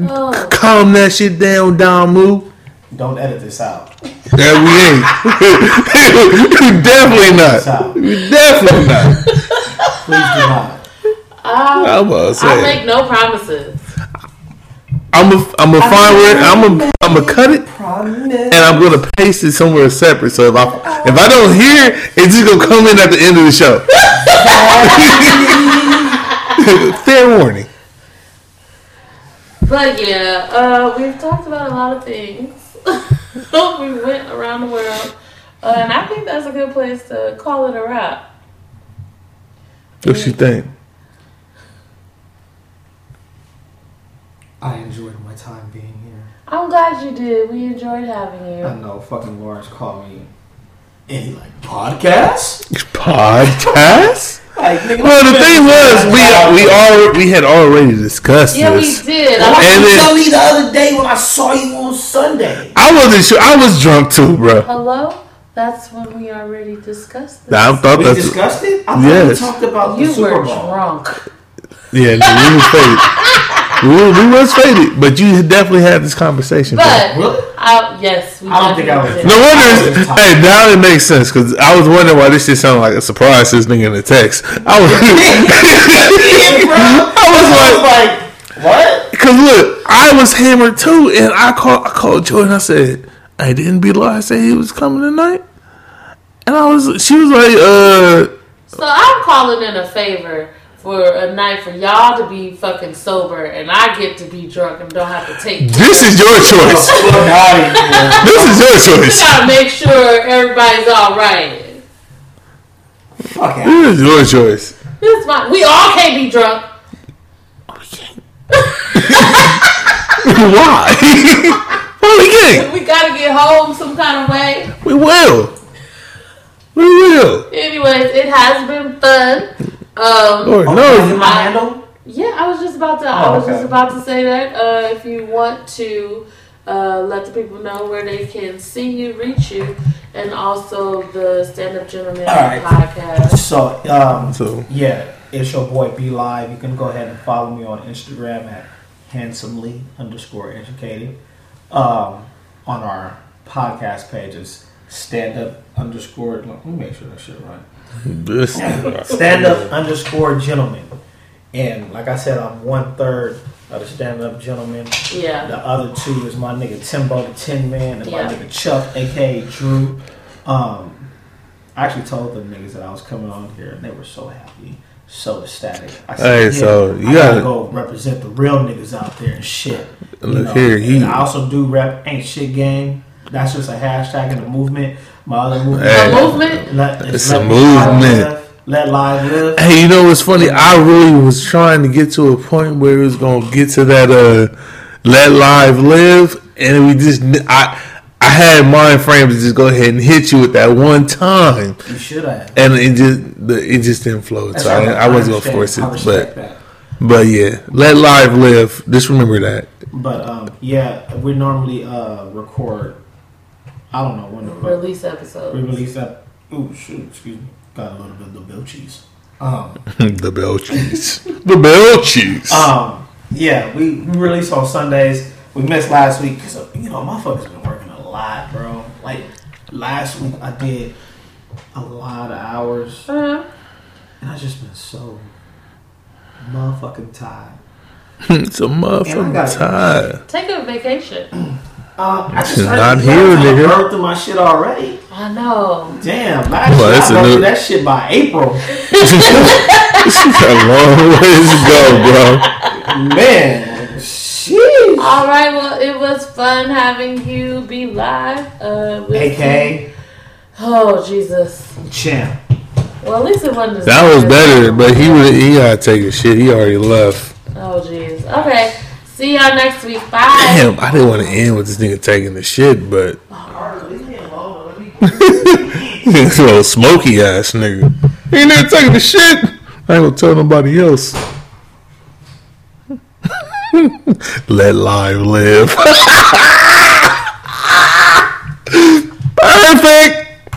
S2: Oh.
S1: Calm that shit down, Damu.
S3: Don't edit this out.
S1: That we ain't. *laughs* you definitely not. You definitely not.
S3: Please do not.
S2: I,
S1: I'm about to
S2: I
S1: say.
S2: make no promises.
S1: I'm a, I'm a find where I'm a, I'm a cut it.
S3: Promise.
S1: And I'm gonna paste it somewhere separate. So if I if I don't hear it, it's just gonna come in at the end of the show. *laughs* Fair warning.
S2: But yeah, uh, we've talked about a lot of things. *laughs* we went around the world, uh, and I think that's a good place to call it a wrap.
S1: What you think?
S3: I enjoyed my time being here.
S2: I'm glad you did. We enjoyed having
S3: I
S2: you.
S3: know fucking Lawrence called me. And he like, podcast?
S1: Podcast?
S3: Like,
S1: *laughs*
S3: nigga,
S1: Well, the thing was, we we all we had already discussed
S2: Yeah, we
S1: this.
S2: did.
S3: Why
S2: I-
S1: And
S3: did you
S1: then-
S3: tell me the other day when I saw you on Sunday?
S1: I wasn't sure. I was drunk too, bro.
S2: Hello? That's when we already discussed this.
S1: I thought
S3: We
S1: that's
S3: discussed it? I thought we
S1: Yes.
S3: talked about the
S2: you
S3: Super
S2: were
S3: Bowl.
S2: drunk.
S1: yeah. no, We was
S3: *laughs*
S1: faded. We, we was faded, but you had definitely had this conversation. bro.
S2: But,
S3: Really?
S2: I, yes, we
S3: I don't think I
S2: definitely
S3: was
S1: No
S2: did.
S1: wonder.
S3: I was *laughs* tired.
S1: Hey, now it makes sense because I was wondering why this shit sounded like a surprise to this nigga in the text. I was, *laughs*
S3: Yeah, bro.
S1: *laughs* I was like,
S3: *laughs* I was like, what?
S1: because look, I was hammered too, and I called. I called Joy and I said, "I didn't be lie. I said he was coming tonight." And I was, she was like, uh,
S2: So I'm calling in a favor for a night for y'all to be fucking sober and I get to be drunk and don't have to take.
S1: this is your choice.
S3: Fuck outta here.
S1: This is your
S2: You
S1: choice.
S2: gotta make sure everybody's all right.
S3: Fuck out.
S1: This is your choice.
S2: This is my. We all can't be drunk.
S1: *laughs* *laughs* Why? Why we can't?
S2: We gotta get home some kind of way.
S1: We will. We will.
S2: Anyways, it has been fun. Um,
S1: Lord
S3: Oh, is it
S1: knows.
S3: my handle?
S2: yeah, I was just about to. I
S3: Oh,
S2: was
S3: okay.
S2: just about to say that. Uh, if you want to uh, let the people know where they can see you, reach you, and also the Stand Up Gentleman
S3: All right.
S2: podcast.
S3: So, um,
S1: So,
S3: yeah, it's your boy Be Live. You can go ahead and follow me on Instagram at handsomely underscore educated. Um, on our podcast pages, stand up underscore. Let me make sure that shit right.
S1: this-
S3: Stand up underscore gentleman. And like I said, I'm one third of the stand up gentleman.
S2: Yeah.
S3: The other two is my nigga Timbo the Tin Man and
S2: Yeah.
S3: my nigga Chuck, aka Drew. Um, I actually told them niggas that I was coming on here, and they were so happy, so ecstatic. I
S1: Hey, so you
S3: I gotta
S1: gotta-
S3: go represent the real niggas out there and shit. You
S1: Look here,
S3: and
S1: you-
S3: I also do rep ain't shit game. That's just a hashtag and a movement. My other movement,
S1: Hey.
S2: The movement?
S3: Let,
S1: It's
S3: let
S1: a
S3: live
S1: movement.
S3: live. Let live live.
S1: Hey, you know what's funny? I really was trying to get to a point where it was gonna get to that uh, let live live, and we just I I had mind frame to just go ahead and hit you with that one time,
S3: You should have.
S1: and it just the, it just didn't flow. So I, I wasn't gonna force it,
S3: I respect
S1: but
S3: that.
S1: but yeah, let live live. Just remember that. *laughs*
S3: But um, yeah, we normally uh, record. I don't know when the fuck
S2: release episode.
S3: we release that. Ooh, shoot! Excuse me. Got a little bit of the bill cheese. Um,
S1: the bell cheese. The bell cheese.
S3: um, yeah, we, we release on Sundays. We missed last week because you know my fuckers been working a lot, bro. Like last week, I did a lot of hours,
S2: Uh,
S3: and I just been so motherfucking tired.
S1: it's a
S3: And I got
S1: motherfucking
S3: it.
S1: tie. *laughs*
S2: take a vacation.
S3: Um, I just
S1: She's
S3: heard-
S1: not here,
S3: I
S1: nigga.
S3: burned through my shit already.
S2: I know.
S3: Damn, last
S1: Well,
S3: year
S1: that's
S3: I
S1: a
S3: burned
S1: new-
S3: through that shit by April.
S1: a long ways to go, bro.
S3: Man, sheesh.
S2: All right. Well, it was fun having you be live. Uh, with
S3: AK
S2: Oh Jesus.
S3: Champ.
S2: Well, at least it wasn't. as
S1: That was
S2: bad as-
S1: better, but he would he gotta take a shit. He already left.
S2: Oh, jeez. Okay. See y'all next week.
S1: *laughs*
S2: Bye.
S1: Damn, I didn't want to end with this nigga taking the shit, but *laughs* this little smoky ass nigga. He ain't never taking the shit. I ain't gonna tell nobody else. *laughs* Let live live. *laughs* Perfect.